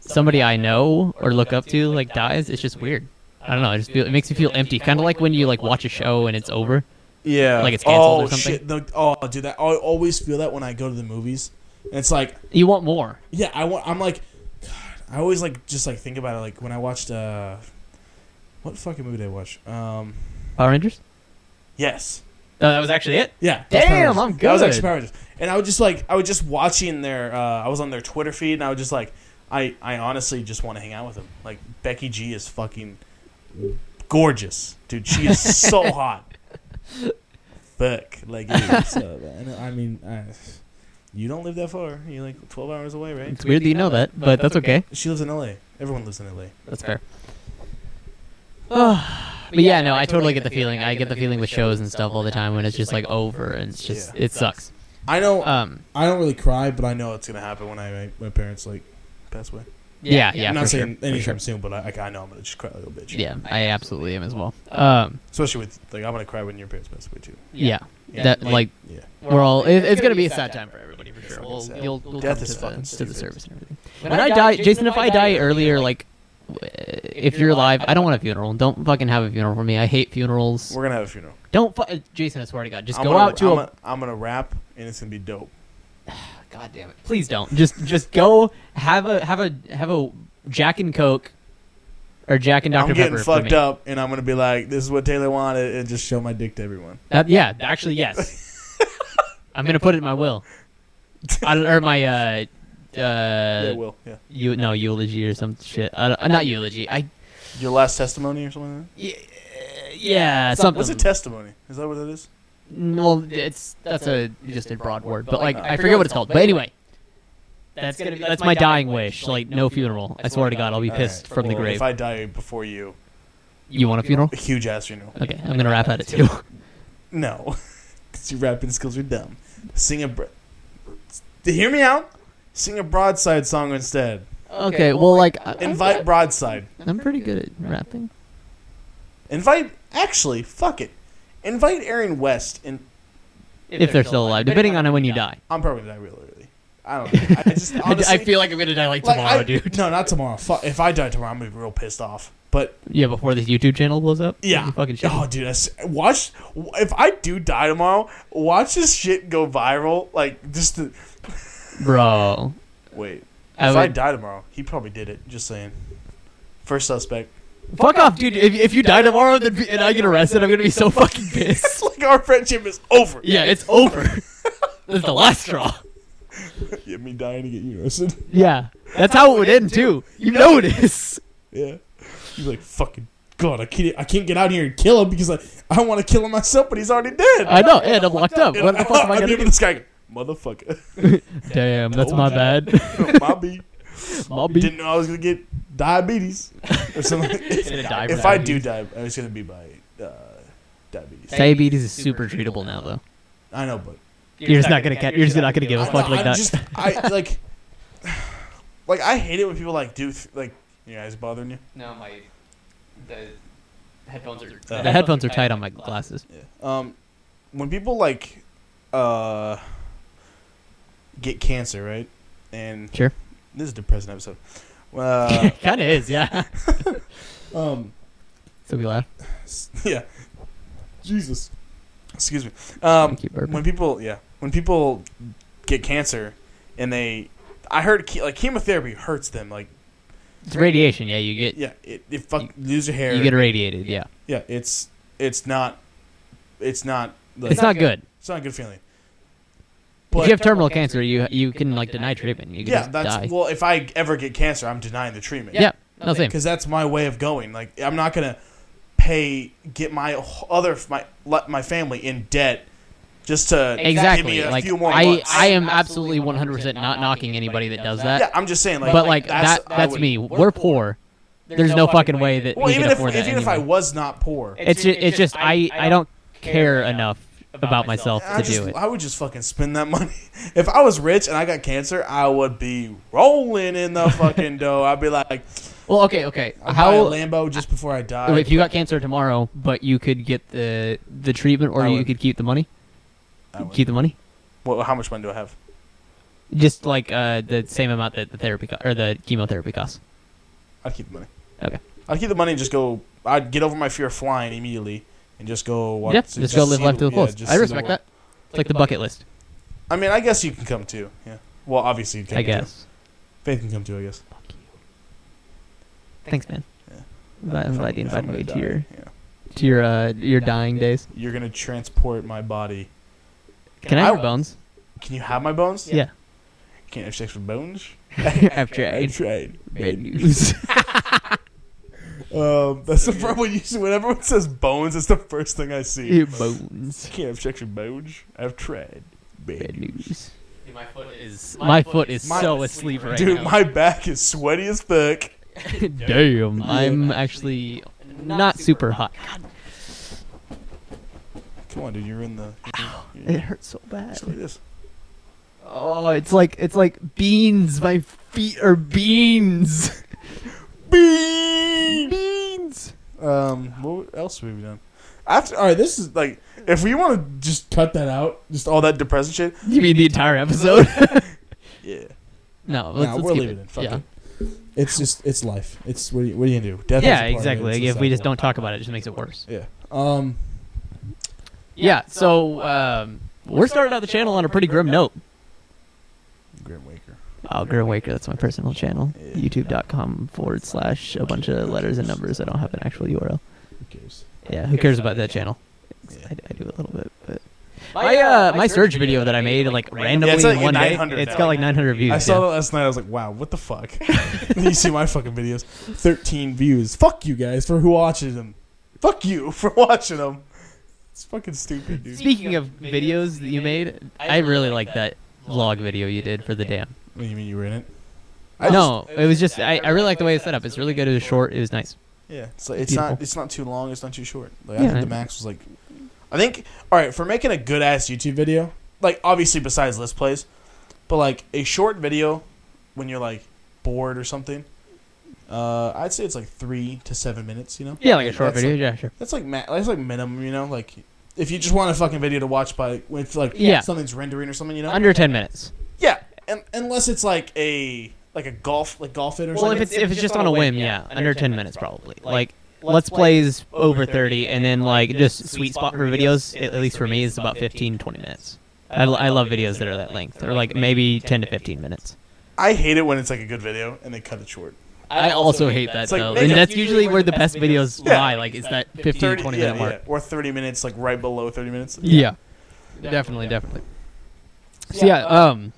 somebody I know or look up to like dies, it's just weird. I don't know. It just feel, it makes me feel empty, kind of like when you like watch a show and it's over. Yeah, Like it's canceled oh, or something? Shit. No, oh, dude, that I always feel that when I go to the movies. And it's like You want more. Yeah, I want. I'm like, God, I always like just like think about it. Like when I watched, uh, what fucking movie did I watch? Um, Power Rangers. yes, No, Uh, that was actually it. yeah. that's Power Damn, Rangers. I'm That was actually good. Power Rangers. And I was just like, I was just watching their. Uh, I was on their Twitter feed, and I was just like, I, I honestly just want to hang out with them. Like Becky G is fucking gorgeous, dude. She is so hot. Fuck, like, yeah, so, and I mean, I, you don't live that far. You're like 12 hours away, right? It's weird that you know that, but that's okay. She lives in LA. Everyone lives in LA. That's fair. but yeah, no, I totally get the feeling. I get the feeling with shows and stuff all the time when it's just like over and it's just it sucks. I know. Um, I don't really cry, but I know it's gonna happen when I my, my parents like pass away. yeah, yeah, for I'm not sure, saying for anytime sure. soon, but I, I know I'm gonna just cry like a little bitch. Yeah, I absolutely am as well. Um, Especially with like I'm gonna cry when your parents pass away too. yeah, Yeah, that like- like Yeah. we're all. It, it's gonna be a sad time for everybody for sure. fucking We'll, sad. you'll, you'll Death come is to, fucking the, to the stupid. service and everything. When, I die, Jason, if I die earlier, like w- if you're alive, I don't want a funeral. Don't fucking have a funeral for me. I hate funerals. We're gonna have a funeral. Don't, fu- Jason. I swear to God, just I'm go gonna, out to I'm a gonna- I'm gonna rap and it's gonna be dope. God damn it! Please don't. Just just go have a have a have a Jack and Coke, or Jack and Dr I'm getting Pepper. for fucked me. up and I'm gonna be like, this is what Taylor wanted, and just show my dick to everyone. That- Uh, yeah, actually yes. I'm gonna put it in my will. I don't, or my uh, uh, yeah, will. Yeah. you no eulogy or some shit. I don't, not eulogy. I Your last testimony or something. Like that? yeah, yeah Uh, something. What's a testimony? Is that what it is? Well, it's that's a just a broad word, but like I forget what it's called. But anyway, that's gonna be that's my dying wish. Like no funeral. I swear to God, I'll be All right. pissed from the Well, grave. If I die before you, You want a funeral? a huge ass funeral. Okay, I'm gonna rap at it too. No, because your rapping skills are dumb. Sing a. Br- Hear me out. Sing a broadside song instead. Okay, well, like I, Invite broadside. I'm pretty good at rapping. Invite. Actually, fuck it. Invite Aaron West, and If they're still alive, depending on when you die. I'm probably gonna die real early. I don't. know. I just I, honestly, I feel like I'm gonna die like like, tomorrow, I- dude. No, not tomorrow. Fuck. If I die tomorrow, I'm gonna be real pissed off. But Yeah, before this YouTube channel blows up. yeah, You fucking shit. oh, dude, I s watch. If I do die tomorrow, watch this shit go viral. Like just the, bro. wait. I if I would- die tomorrow, he probably did it. Just saying. First suspect. Fuck off, dude. If, if you die tomorrow then, and I get arrested, I'm gonna be so fucking pissed. like our friendship is over. Yeah, it's over. That's the last straw. Yeah, me dying to get you arrested. Yeah, that's how it would end too. You know it is. Yeah. He's like, fucking God, I can't, I can't get out here and kill him because I, I want to kill him myself, but he's already dead. I know, and I'm locked up. What the fuck am I mean, gonna do? this guy, motherfucker. Damn, that's my bad. Bobby I'll be didn't know I was gonna get diabetes or something. if gonna die if from I that. do die, it's gonna be by uh, diabetes. Diabetes is super treatable now, though. I know, but You're just not gonna catch. You're just not gonna give a I fuck know, like I'm that. Just, I like, like I hate it when people like do th- like your eyes bothering you. No, my the headphones are Uh, the headphones are tight on my glasses. Um, when people like, uh, get cancer, right? And Sure. this is a depressing episode. Uh, kind of is, yeah. um, so we laugh. yeah. Jesus. Excuse me. Um, Thank you, burping. when people, yeah, when people get cancer, and they, I heard ke- like chemotherapy hurts them. Like, It's radiation, yeah. You get yeah, it, it fuck lose your hair. you get irradiated, yeah. yeah, it's it's not, it's not. Like, It's not good. It's not a good feeling. If you have terminal cancer, you you can like deny treatment. You can Yeah, just that's die. well. If I ever get cancer, I'm denying the treatment. Yeah, no same. because that's my way of going. Like I'm not gonna pay get my wh- other my let my family in debt just to Exactly. give me a like few more I months. I uh, am absolutely 100% not knocking anybody that does that. yeah, I'm just saying like, But like that's, that that's me. We're poor. There's no fucking way that Well, we can even if afford even that if I anymore. was not poor, It's ju- it's just I I don't care enough about myself to I just do it. I would just fucking spend that money. If I was rich and I got cancer, I would be rolling in the fucking dough. I'd be like, Well, okay, okay. I'll How buy a Lambo just before I die. if you got cancer tomorrow, but you could get the the treatment, or I you would. could keep the money. I would. Keep the money. Well, how much money do I have? Just like uh, the same amount that the therapy co- or the chemotherapy costs. I'd keep the money. Okay. I'd keep the money and just go. I'd get over my fear of flying immediately and just go. Watch, yeah, just, go live see life to the yeah, fullest. just I see the respect world. that. It's like the bucket list, I mean, I guess you can come too. Yeah. Well, obviously, you can I come guess. Too. Faith can come too, I guess. Fuck you. Thanks, man. Yeah. I'm glad- I'm If glad you if I'm invited me gonna to your die, yeah. to your uh, your dying days. You're gonna transport my body. Can I have your bones? Can you have my bones? Yeah. Can't have sex with bones. After I I tried. bad news. Um, that's the first one. You see, when everyone says bones, that's the first thing I see. Your bones. Can't have sex with bones. I've tried. Bad Bad news. news. My foot is My- so asleep right Dude, now. my back is sweaty as fuck. Damn, I'm actually not super hot. Come on, dude. You're in the. It hurts so bad. Uh, Just like this. Oh, it's like it's like beans. My feet are beans. Beep. beans. Um, what else have we done? After all right, this is like if we want to just cut that out, just all that depressing shit. You mean the entire episode? Yeah, no, let's, no, let's we're keep leaving it. it. in. Fuck yeah, it. It's just it's life. It's what are you, what are you gonna do? Death is a yeah, part of it. exactly. It's Like, if we just cycle. don't talk about it, it just makes it worse. Yeah. Um. Yeah. So um, we're starting out the channel on a pretty grim note. Grim Waker. Oh, Grim Waker. That's my personal channel. Yeah. YouTube.com forward slash a bunch of letters and numbers. I don't have an actual URL. Who cares? Yeah, who cares about that channel? Yeah. I, I do a little bit, but my uh my search video that I made like randomly Yeah, it's like one day, 900 it's now. got like 900 views. I saw yeah. that last night. I was like, "Wow, what the fuck?" you see my fucking videos, thirteen views. Fuck you guys for who watches them. Fuck you for watching them. It's fucking stupid, dude. Speaking of videos that you made, I really like that vlog video you did for the dam. What do you mean you were in it? I No, it was just I, I really like the way it's set up. It's really good. It was short. It was nice. Yeah, so it's Beautiful. not it's not too long. It's not too short. Like, I Yeah. think the max was like, I think all right for making a good ass YouTube video. Like obviously besides let's plays, but like a short video when you're like bored or something. Uh, I'd say it's like three to seven minutes. You know, Yeah, like a short That's video. Yeah, sure. that's like ma- that's like minimum. You know, like if you just want a fucking video to watch by when it's like Yeah. something's rendering or something. You know, Under 10 minutes. yeah, and, unless it's like a like a golf like golf it or Well, something. if it's if it's just on a whim, yeah, under 10 minutes probably. Like let's Let's plays Plays over over 30 and then like just sweet spot for videos at least for me is about 15 20 minutes. I, l- I love videos that are that length or like maybe 10 to 15 minutes. I hate it when it's like a good video and they cut it short. I also hate that It's like, though. make And it- that's usually where the best videos Yeah. lie like is that 15 to 20 minute mark. or 30 minutes like right below 30 minutes Yeah. Definitely, definitely. So yeah, um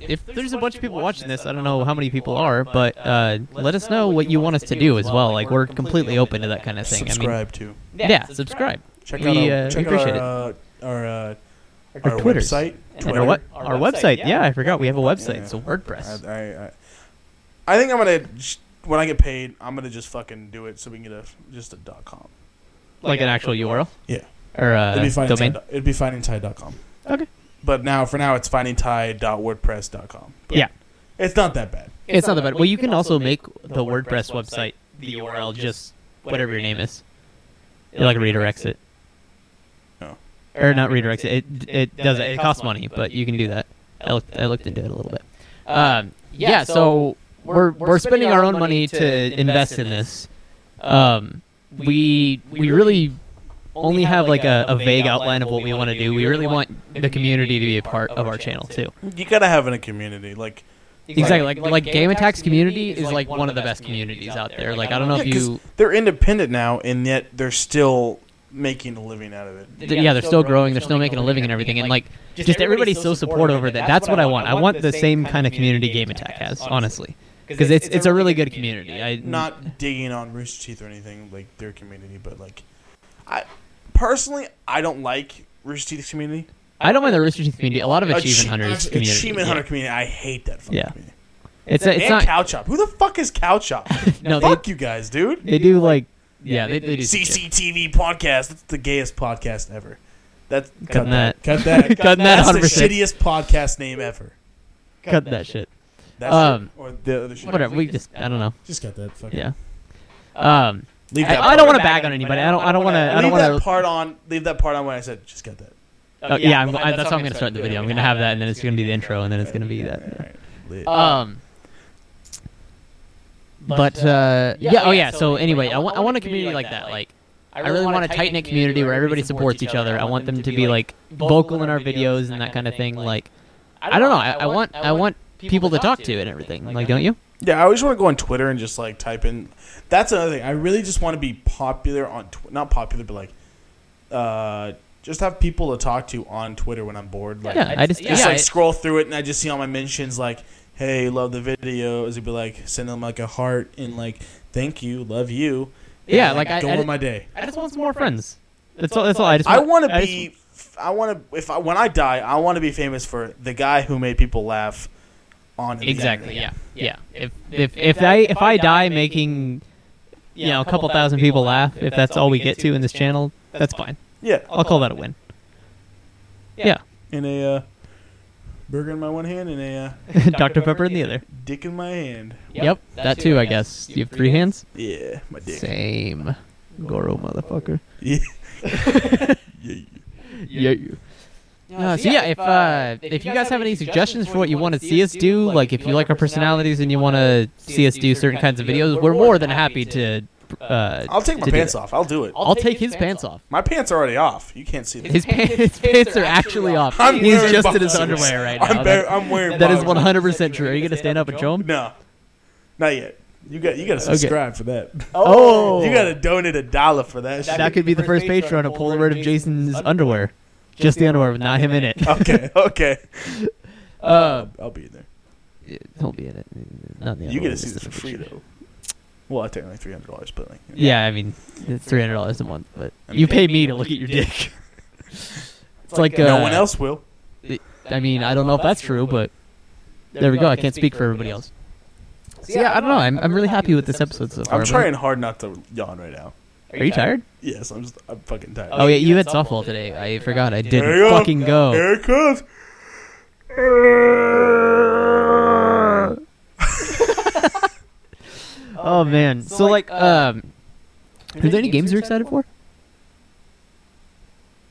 if there's a bunch of people watching this, I don't know how many people are, but uh, let us know what you want us to do as well. Like we're completely open to that kind of thing. I mean, subscribe to yeah, subscribe. check We, out our, uh, check we appreciate out our, uh, our, uh, Our our, Twitters. website And our, what, our website, yeah, I forgot we have a website. Yeah. It's a WordPress. I, I, I, I think I'm gonna j- when I get paid I'm gonna just fucking do it so we can get a just a dot com like an actual URL? Yeah. Or it'd uh, be finding domain? Tide, it'd be findingtide.com Okay. but now for now it's findingtide.wordpress.com but Yeah. it's not that bad It's, not that bad. Well, you can also make the WordPress website the URL just whatever your name is. It like redirects it. No. Or not redirects it. It, it does it. It costs money, but you can do that. I looked, I looked into it a little bit. Um, yeah, so we're, we're spending our own money to invest in this. Um, we, we really only have like a, a vague outline of what we want to do. We really want the community to be a part of our channel too. you gotta have in a community like Exactly. Like, like, Game Attack's community is like one of the best communities out there. Like I don't know if Yeah, 'cause you, they're independent now, and yet they're still making a living out of it. th- yeah, they're still growing. They're still making a living and everything. And like, just everybody's so supportive over that. That's what I want. I want the same kind of community Game Attack has, honestly, because it's it's a really good community. I Not digging on Rooster Teeth or anything like their community, but like, I personally I don't like Rooster Teeth's community. I don't mind the Rooster Teeth community. A lot of Achie- achievement hunters actually, community. Achievement yeah. hunter community. I hate that fucking Yeah. community. It's it's and not. cow chop. Who the fuck is cow chop? No, they fuck you guys, dude. they do like yeah they they do some shit. CCTV podcast. That's the gayest podcast ever. That's Cutting that. Cut that. Cutting that That's the 100%. shittiest podcast name ever. Cut that shit. That's Um, or the other shit. Whatever. We just I don't know. Just cut that. Fuck it. Yeah. Um. Leave I, that. I don't want to bag on anybody. I don't. I don't want to. I don't leave want that to. part on. Leave that part on when I said just cut that. Uh, yeah, I'm, I, that's how I'm gonna start the video. I'm gonna have that, and then it's gonna be the intro, and then it's gonna be All that. right. Lit. Um. But uh, yeah, oh yeah. So anyway, I want I want a community like that. Like I really want a tight knit community where everybody supports each other. I want them to be like vocal in our videos and that kind of thing. Like I don't know. I, I want I want people to talk to and everything. Like don't you? yeah, I always want to go on Twitter and just like type in. That's another thing. I really just want to be popular on tw- not popular, but like, uh, just have people to talk to on Twitter when I'm bored. Like, Yeah, I just just yeah. like I- scroll through it and I just see all my mentions like, "Hey, love the video." It'd be like send them like a heart and like, "Thank you, love you." Yeah, And, like, I- go I- on my day. I just want some more friends. That's all. That's all. I just I want to I just- be. I want to. If I when I die, I want to be famous for the guy who made people laugh. On the Exactly. Yeah. internet. Yeah. If if if I if I die making you know a couple thousand people laugh, if that's all we get to in this channel, that's fine. Yeah. I'll call that a win. Yeah. In a uh, burger in my one hand and a uh, Dr. Pepper in the other. dick in my hand. Yep, that too, I guess. You have three hands? Yeah, my dick. Same. Goro, motherfucker. Yeah. yeah. Yeah. you. Uh, so yeah, if uh, if you guys have any suggestions for what you want to see us do, like if you like our personalities and you want to see us do certain kinds of videos, we're more than happy to. Uh, I'll take my to do pants that. off. I'll do it. I'll take his pants off. My pants are already off. You can't see them. His pants, his pants are actually off. I'm He's wearing just in his boxers. underwear right I'm, now. bare, That- I'm wearing. that is boxers. one hundred percent true. Are you gonna stand up and show him? No, not yet. You got you got to Okay. subscribe for that. Oh. you got to donate a dollar for that. That could be the first Patreon, a Polaroid of Jason's underwear, just the underwear with not him in it. shit. okay, okay. Uh, I'll be in there. he'll be in it. Not in the you get underwear, to just see in this the for free picture. though. Well, I take like three hundred dollars, but like Yeah, I mean, it's three hundred dollars a month, but I mean, you pay me to look at your dick. It's like no uh, one else will. I mean, I don't know if that's true, but there we go. I can't speak for everybody else. So yeah, I don't know. I'm I'm really happy with this episode so far. I'm but- trying hard not to yawn right now. Are you tired? Yes, I'm just I'm fucking tired. Oh yeah, you had softball today. I forgot. I There you didn't go. fucking go. Here it comes. Oh man. So like, um, are there any games you're excited for?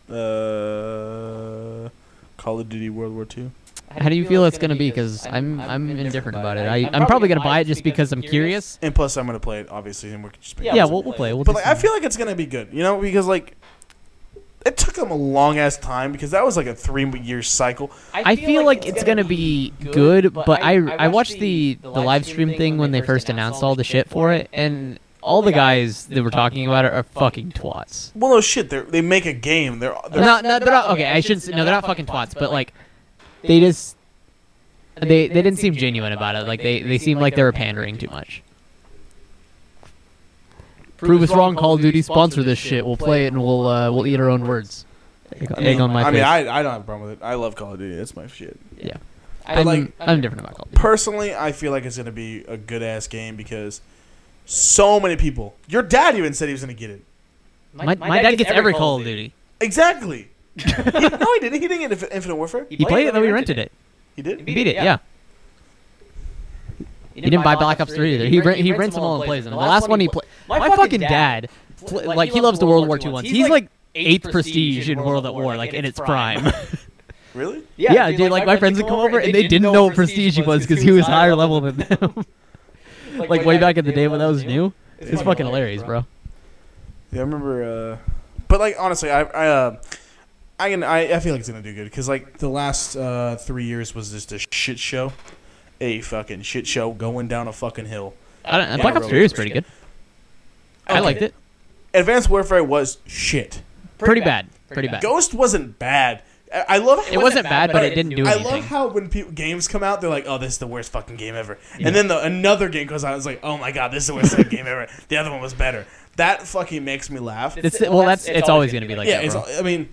Uh, Call of Duty World War Two. How do you feel it's gonna be? Because I'm I'm indifferent about it. I I'm probably gonna buy it just because I'm curious. And plus, I'm gonna play it obviously, and we're just picking Yeah, up we'll, we'll play. We'll But do like, I some- feel like it's gonna be good, you know, because like it took them a long ass time because that was like a three year cycle. I feel like it's gonna be good, but I I watched the the live stream thing when they first announced all the shit for it, and all the guys that were talking about it are fucking twats. Well, no shit, they they make a game. They're, they're No, no, they're not. Okay, I shouldn't. say- No, they're not fucking twats, but like, they just they they didn't seem genuine about it. Like they they seemed like they were pandering too much. Prove us wrong, Call of Duty. Sponsor this shit. We'll play it and we'll uh, we'll eat our own words. Egg I mean, egg on my I face. mean, I, I don't have a problem with it. I love Call of Duty. That's my shit. yeah, I I'm, like- I'm different about Call of Duty. Personally, I feel like it's gonna be a good ass game because so many people. Your dad even said he was gonna get it. My, my dad gets every Call of Duty. Exactly. He- no, he didn't. He didn't get Infi- Infinite Warfare. He played it though. He rented it. He did. He beat it. Yeah. He didn't buy Black Ops 3 either. He, rent, he rents them all and plays them. The last one he played. My fucking dad, pl- like, he loves the World War II ones. He's like eighth prestige in World at War, like in its prime. Really? Yeah, dude, like my friends would come over and they didn't know what prestige he was because he was higher level than them. Like way back in the day when that was new. It's fucking hilarious, bro. Yeah, I remember. Uh, but like honestly, I I uh, I can I, I feel like it's gonna do good because like the last uh, three years was just a shit show, a fucking shit show going down a fucking hill. I don't, Black Ops 3 was pretty good. I liked it. Advanced Warfare was shit. Pretty bad. Pretty bad. Ghost wasn't bad. I, I love how It wasn't bad, but it didn't do I anything. love how when people, games come out, they're like, "Oh, this is the worst fucking game ever," and then the, another game comes out, it's like, "Oh my god, this is the worst fucking game ever." The other one was better. That fucking makes me laugh. It's, well, that's it's always gonna be like yeah, that. it's, bro. I mean,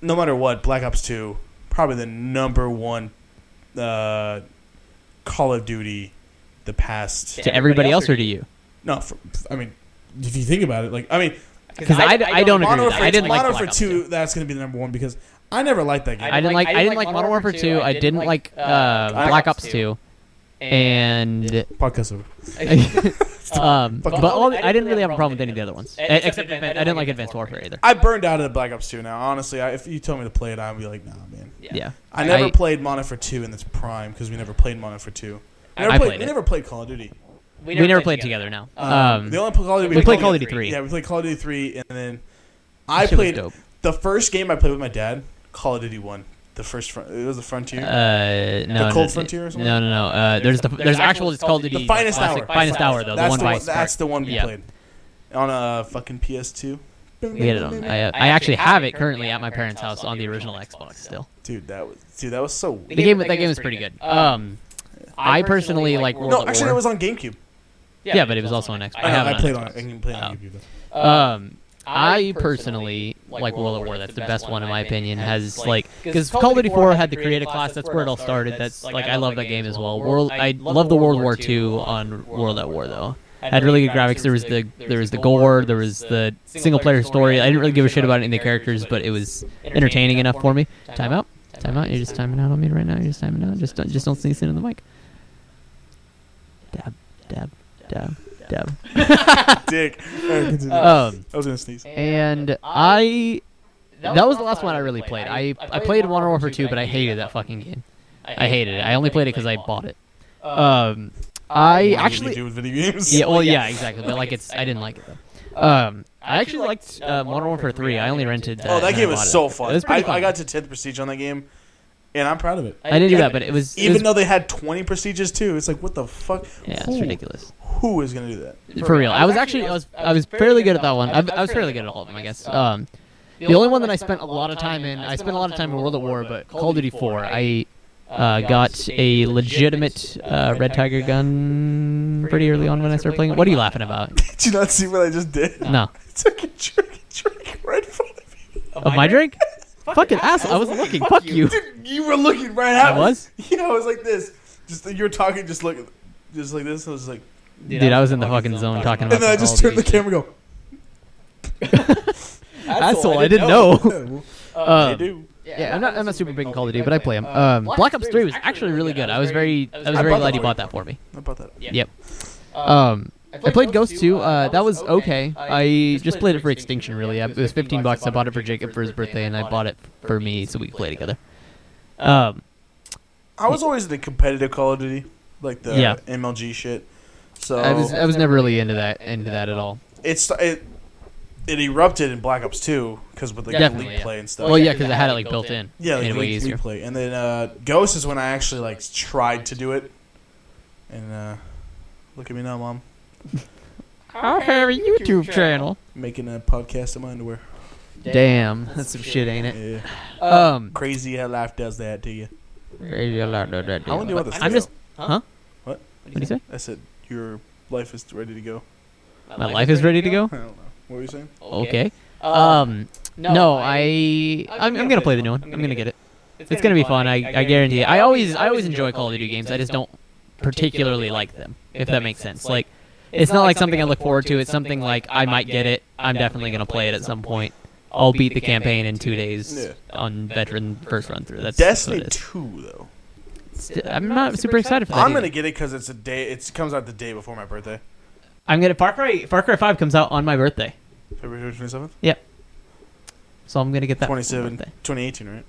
no matter what, Black Ops Two, probably the number one uh, Call of Duty the past. to everybody else or to you? No, for, I mean, if you think about it, like I mean, Because I, I don't agree. Modern With that. Warfare, I didn't like Modern Black Warfare Ops Two. That's gonna be the number one because I never liked that game. I didn't like I didn't like Modern Warfare 2. I didn't like uh, Black Ops 2. And Podcast over. um, but Fuck. all, I didn't really have a problem with any of the other ones, Eh, except Advan- I didn't like Advanced Warfare either. I burned out of Black Ops Two. Now, honestly, I, if you told me to play it, I'd be like, Nah, man. Yeah, I never I- played Modern Warfare Two in its prime because we never played Modern Warfare Two. We never I played, played we it. never played Call of Duty. we never played together now. Um, the only Call of Duty we played Call of Duty 3. Yeah, we played Call of Duty three, and then that I shit was played dope. the first game I played with my dad. Call of Duty one, the first front, it was the Frontier. Uh, no, The Cold no, Frontier or something? No, no, no. Uh, there's the there's actual it's called The Finest Hour. Finest hour though. The that's one the by one, that's the one we Yeah. played on a fucking PS two. we had it on. I, uh, I actually have it currently at my parents' house on the original Xbox still. Dude, that was dude, that was so. The game that game was pretty good. Um, I personally like World No, at actually, War. that was on GameCube. Uh, yeah, but it was also on Xbox. I, have know, it I on played Xbox. on it. I can play on Oh. GameCube. Um, I personally like World at War. That's the best one in my opinion. Has like because Call of Duty 4 had the creative class. That's where it all started. That's like I love that game as well. World I love the World War II on World at War though. Had really good graphics. There was the there was the gore. There was the single player story. I didn't really give a shit about any of the characters, but it was entertaining enough for me. Time out. Time out. You're just timing out on me right now. You're just timing out. Just don't, just don't sneeze into the mic. Dab, dab, dab, dab. Dick. Um, I was gonna sneeze. and I that was the last one I really played. I I played Modern Warfare 2, but I hated that fucking game. I hated it. I only played it because I bought it. Um, I What do you usually actually do with video games. yeah, well, yeah, exactly. But like, it's I didn't like it though. Um, I actually liked uh, Modern Warfare 3. I only rented. Oh, uh, and that I game bought was it. so fun. It was I, pretty fun. I got to 10th prestige on that game, and I'm proud of it. I didn't do that, but it was it Even was, though they had 20 prestiges too, it's like what the fuck? yeah, who, it's ridiculous. Who is gonna do that? For real, I was actually I was I was fairly good at that one. I, I was fairly good at all of them, I guess. Um, the only one that I spent a lot of time in, I spent a lot of time in World at War, but Call of Duty 4, I uh, got a legitimate uh, Red Tiger gun pretty early on when I started playing. it. What are you laughing about? Did you not see what I just did? No, It's like a drink, drink right in front of you. of my drink? Fucking ass! I wasn't looking. Fuck you. Dude, you were looking right at I me. was? Yeah, I was like this. Just you were talking, just look, just like this. And I was like, Dude, I was in the fucking zone talking and about. then I some just Call turned of the Duty camera. and Go. shit. Asshole, I didn't know. Yeah, well, Um, they do. Yeah, I'm not, I'm not super big in Call of Duty, but I play them. Um, Black Ops 3 was actually really good. I was very, I was I very bought glad that you one. bought that for me. How about that? Yep. Um, I played Ghost 2. Uh, that was okay. I just played it for Extinction, really. I- It was 15 bucks. I bought it for Jacob for his birthday, and I bought it for me so we could play together. Um, I was always the competitive Call of Duty, like the Yeah. MLG shit. So I was, uh, I was never really into that, into that at all. it's it it erupted in Black Ops 2 because with the Definitely, league yeah. play and stuff. Well, yeah, because I had it like built in. yeah, made like, it way league, league easier. play. And then uh, Ghost is when I actually like tried to do it. And uh, look at me now, mom, I have a YouTube channel. making a podcast in my underwear. Damn, that's some shit, ain't it? Yeah. Um, Crazy how life does that to you. I I'm wonder what this. I'm just. Huh? Huh? What? What do you say? I said your life is ready to go. My life is ready to go. I don't know. What were you saying? Okay. Um, no, no, I. I, I'm, I'm gonna play the new one. I'm gonna get it. It's, It's gonna be fun. I, I guarantee it. I always, I always enjoy Call of Duty games. I just don't particularly like them, if that makes sense. Like, it's not like something I look forward to. It's something like I might get it. I'm definitely gonna play it at some point. I'll beat the campaign in two days Yeah. on veteran first run through. That's that's what Destiny it is. 2 though. St- I'm not super excited for that. I'm either. gonna get it because it's a day. It comes out the day before my birthday, I'm gonna Far Cry. Far Cry Five comes out on my birthday, February 27th, so I'm gonna get that. for my 27, birthday. 2018, right?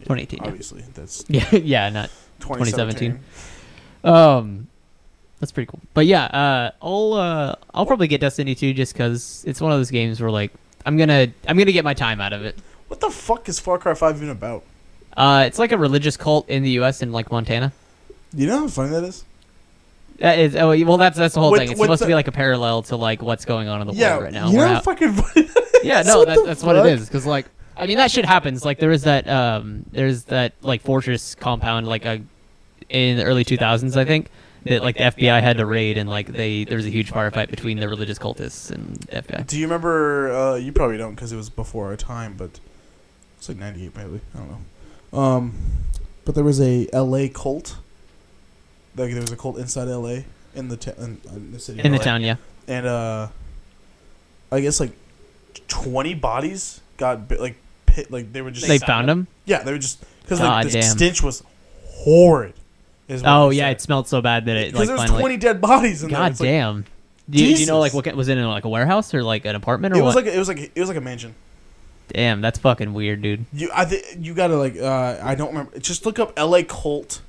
2018, yeah. Obviously, that's Yeah, yeah, not 2017. Um, that's pretty cool. But yeah, uh, I'll uh, I'll probably get Destiny 2 just because it's one of those games where like I'm gonna I'm gonna get my time out of it. What the fuck is Far Cry 5 even about? Uh, it's like a religious cult in the U.S. in like Montana. You know how funny that is? That is oh well that's that's the whole With- thing. It's with supposed to the- be like a parallel to like what's going on in the yeah, world right now. You We're know how out- fucking funny that is? yeah, no, What that, the that's what it fuck? is. Because like I mean that shit happens. Like there is that um there's that like fortress compound like a in the early 2000s I think that like the FBI had to raid and like they there was a huge firefight between the religious cultists and the FBI. Do you remember? Uh, you probably don't because it was before our time, but it's like 98 probably. I don't know. Um, but there was a LA cult. Like there was a cult inside LA in the ta- in, in the city of in the LA. town, yeah. and uh I guess like twenty bodies got bi- like pit like they were just They found him. yeah they were just because like God the damn. stench was horrid. Is what Oh they yeah, said. it smelled so bad that it 'Cause like there was finally. twenty dead bodies in there. God It's, like, damn. Do you, do you know like Jesus. what was it in like a warehouse or like an apartment or it was what? like it was like it was like a mansion. damn, that's fucking weird, dude. You I th- you gotta like uh I don't remember. Just look up L.A. cult.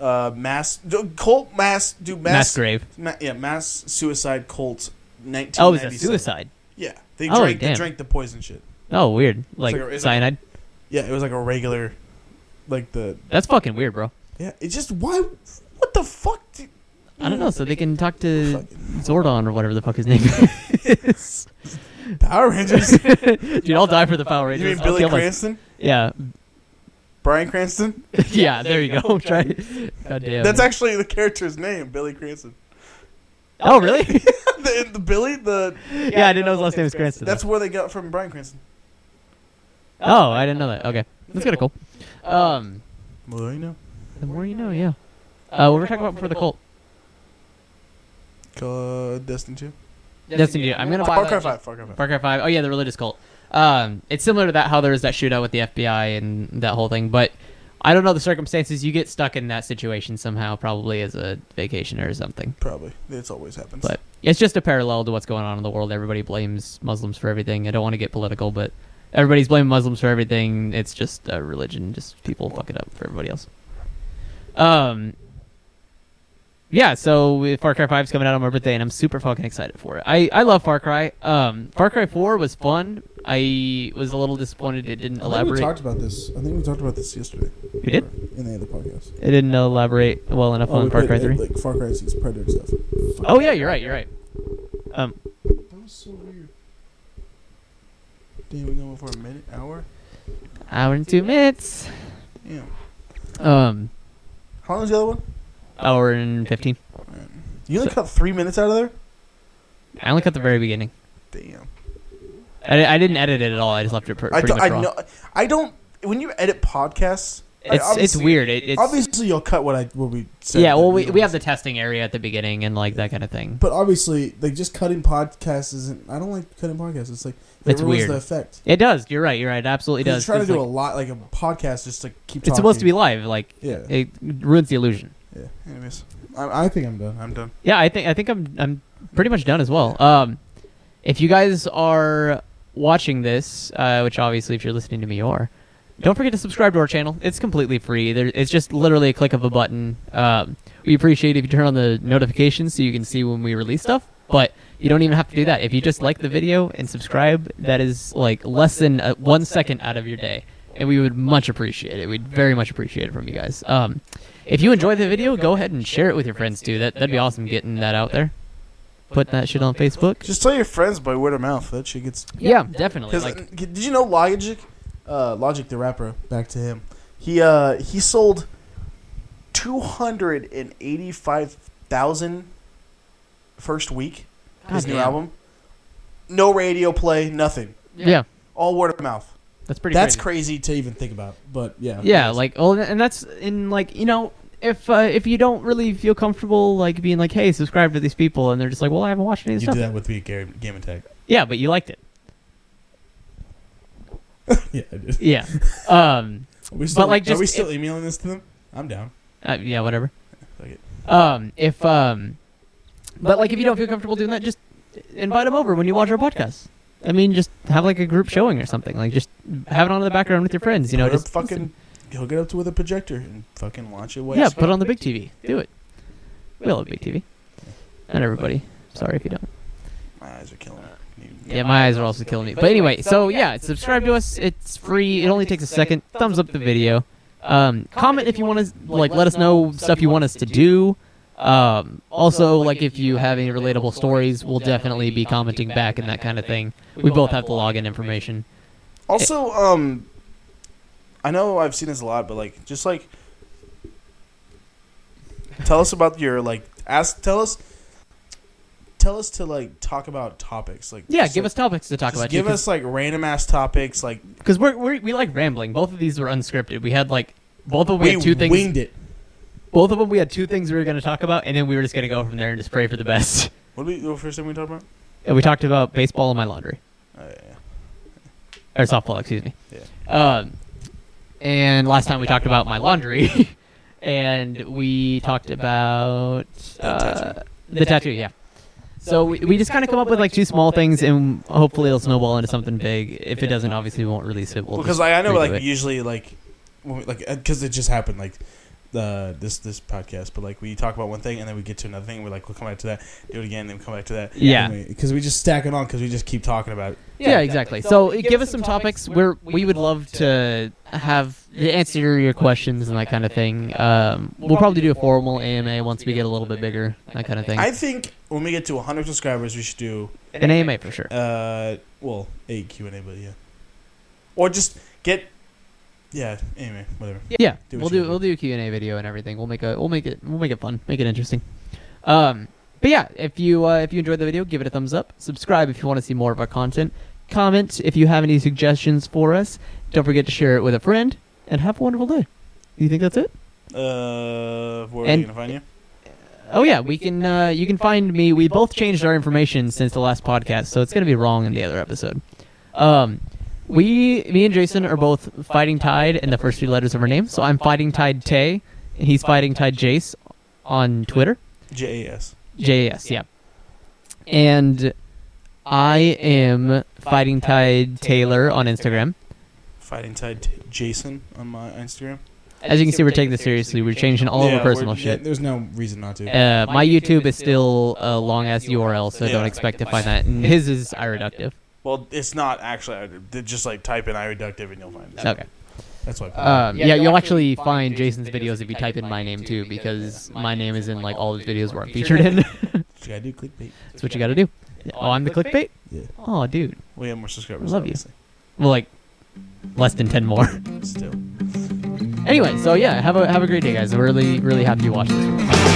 Uh, mass do- cult mass do Mass, mass, grave. ma- yeah mass suicide cult nineteen. Oh, it was a suicide. Yeah, they Oh, drank they damn. drank the poison shit. Oh, weird. Like, like a- it's like- cyanide. Yeah, it was like a regular, like the that's fucking weird, bro. yeah. It just why, what the fuck? Did, I don't know. So they can talk to fucking Zordon or whatever the fuck his name is. Power Rangers. you dude, I'll die for the Power Rangers. mean I'll Billy kill my- Cranston, Yeah, Brian Cranston? yeah. There you go. Try. God damn. That's it. actually the character's name, Billy Cranston. Oh really? the, the Billy, the yeah, I didn't know his last name was Cranston. though. that's where they got from Brian Cranston. Oh, I didn't know that. Okay, that's kind of cool. Um, Well, there you know, the more you know. Yeah. Uh, we were talking about before the cult. Call, uh, Destiny Two, Destiny. Dude, I'm gonna buy Far like, Cry Five, Far Cry Five. Far Cry Five. Oh yeah, the religious cult. Um, it's similar to that how there was that shootout with the FBI and that whole thing, but I don't know the circumstances. You get stuck in that situation somehow, probably as a vacationer or something. Probably. It's always happens. But it's just a parallel to what's going on in the world. Everybody blames Muslims for everything. I don't want to get political, but everybody's blaming Muslims for everything. It's just uh, religion. Just people fuck it up for everybody else. Um. Yeah, so Far Cry 5 is coming out on my birthday, and I'm super fucking excited for it. I, I love Far Cry. Um, Far Cry 4 was fun. I was a little disappointed it didn't I think we elaborate. talked about this. I think we talked about this yesterday. We did? in the other podcast. It didn't elaborate well enough we on Far Cry played, uh, 3. Like Far Cry 6 Predator stuff. Fuck. oh, yeah, you're right, you're right. Um, That was so weird. Damn, we going for a minute, hour? Hour and two minutes. Damn. Um, How long's the other one? hour and fifteen. You only cut three minutes out of there? I only cut the very beginning. Damn. I, I didn't edit it at all. I just left it pr- I, pretty do, I much raw. know. I don't. When you edit podcasts, I It's it's obviously- weird. It, it's obviously you'll cut what I what we said. yeah. Well, but we, you we know. have the testing area at the beginning and like that kind of thing. But obviously, like just cutting podcasts isn't. I don't like cutting podcasts. It's like it It's ruins weird. the effect. It does. You're right. You're right. It absolutely 'Cause does. You're trying to 'cause, do like, a lot, like a podcast, just to keep. it's supposed to be live. Like Yeah. it ruins the illusion. Anyways, I, I think I'm done. I'm done. Yeah, I think I think I'm I'm pretty much done as well. Um, if you guys are watching this, uh, which obviously if you're listening to me you are, don't forget to subscribe to our channel. It's completely free. There, it's just literally a click of a button. Um, we appreciate if you turn on the notifications so you can see when we release stuff. But you don't even have to do that. If you just like the video and subscribe, that is like less than uh, one second out of your day, and we would much appreciate it. We'd very much appreciate it from you guys. Um, if you enjoy the video, go ahead and share it with your friends too. That that'd be awesome getting that out there. Putting that shit on Facebook. Just tell your friends by word of mouth. That shit gets. Yeah, definitely. Because Like uh, did you know Logic, uh, Logic the rapper? Back to him. He uh he sold two hundred and eighty five thousand first week. his new goddamn. album. No radio play, nothing. Yeah, All word of mouth. that's pretty. That's crazy. crazy to even think about, but yeah. yeah like oh and that's in like you know if uh, if you don't really feel comfortable like being like hey subscribe to these people and they're just like well i haven't watched any of You this did stuff that with me, Gary, Game Attack. yeah but you liked it Yeah, I did. yeah um Are we still, like, are just- we still emailing this to them? I'm down. uh, yeah whatever Fuck it. um if um but like if you don't feel comfortable doing that just invite them over when you watch our podcast i mean just have like a group showing or something like just have it on in the background with your friends you know Put a just fucking hook it up to with a projector and fucking launch it. Way yeah put it on the big tv do it we love big tv and everybody sorry if you don't My eyes are killing me. Yeah, my eyes are also killing me. But anyway, so yeah, subscribe to us. It's free. It only takes a second. Thumbs up the video. Um, comment if you want to, like, let us know stuff you want us to do. Um, also, like, if you have any relatable stories, we'll definitely be commenting back and that kind of thing. We both have the login information. Also, um, I know I've seen this a lot, but like, just like, tell us about your like, ask, tell us, tell us to like talk about topics, like, Yeah, just, give like, us topics to talk just about. give us like random ass topics, like because we're, we're we like rambling. Both of these were unscripted. We had like both of them we had two things. winged it. Both of them we had two things we were going to talk about, and then we were just going to go from there and just pray for the best. what did we the first thing we talked about? And we talked about baseball and my laundry. Uh, yeah. or softball, excuse me. Um, and last time we talked about my laundry, and we talked about uh, the tattoo. Yeah. So we, we just kind of come up with like two small things, and hopefully it'll snowball into something big. If it doesn't, obviously we won't release it. We'll because just like I know redo like it. usually like when we, like because it just happened like the this this podcast, but like we talk about one thing and then we get to another thing, and we're like we'll come back to that, do it again, then come back to that. yeah. Because we just stack it on because we just keep talking about it. Yeah, exactly. So uh, give us some topics. We're we would love to have the answer to your questions and that kind of thing. Um, we'll probably do a formal AMA once we get a little bit bigger, that kind of thing. I think when we get to 100 subscribers, we should do An AMA for sure. uh well a Q and A, but yeah, or just get yeah anyway whatever. Yeah, Do what we'll you do wanna we'll do a Q and A video and everything. We'll make a we'll make it we'll make it fun, make it interesting. Um, but yeah, if you uh, if you enjoyed the video, give it a thumbs up. Subscribe if you want to see more of our content. Comment if you have any suggestions for us. Don't forget to share it with a friend. And have a wonderful day. You think that's it? Uh, where are And- we gonna find you? Oh yeah, we can. Uh, you can find me. We both changed our information since the last podcast, so it's gonna be wrong in the other episode. Um, We, me and Jason are both fighting Tide in the first two letters of her name. So I'm fighting Tide Tay, and he's fighting Tide Jace on Twitter. JAS. JAS, yeah. And I am fighting Tide Taylor on Instagram. Fighting Tide T- Jason on my Instagram. As you can see, we're taking this seriously. We're changing all of our Yeah, we're- personal yeah, shit. There's no reason not to. Uh, my YouTube is still a long ass URL, so Yeah. don't expect to find that. His is iReductive. Well, it's not actually. I did- Just like type in iReductive and you'll find it. Okay. That's why. Um, yeah, you'll actually find Jason's videos if you type in my name too, because my name is in like all his videos where I'm featured in. That's Should I do clickbait? what you gotta do. Oh, I'm the clickbait. Yeah. Oh, dude. We have more subscribers. Love you. obviously. Well, like less than ten more. Still. Anyway, so yeah, have a have a great day, guys. We're really really happy you watched this.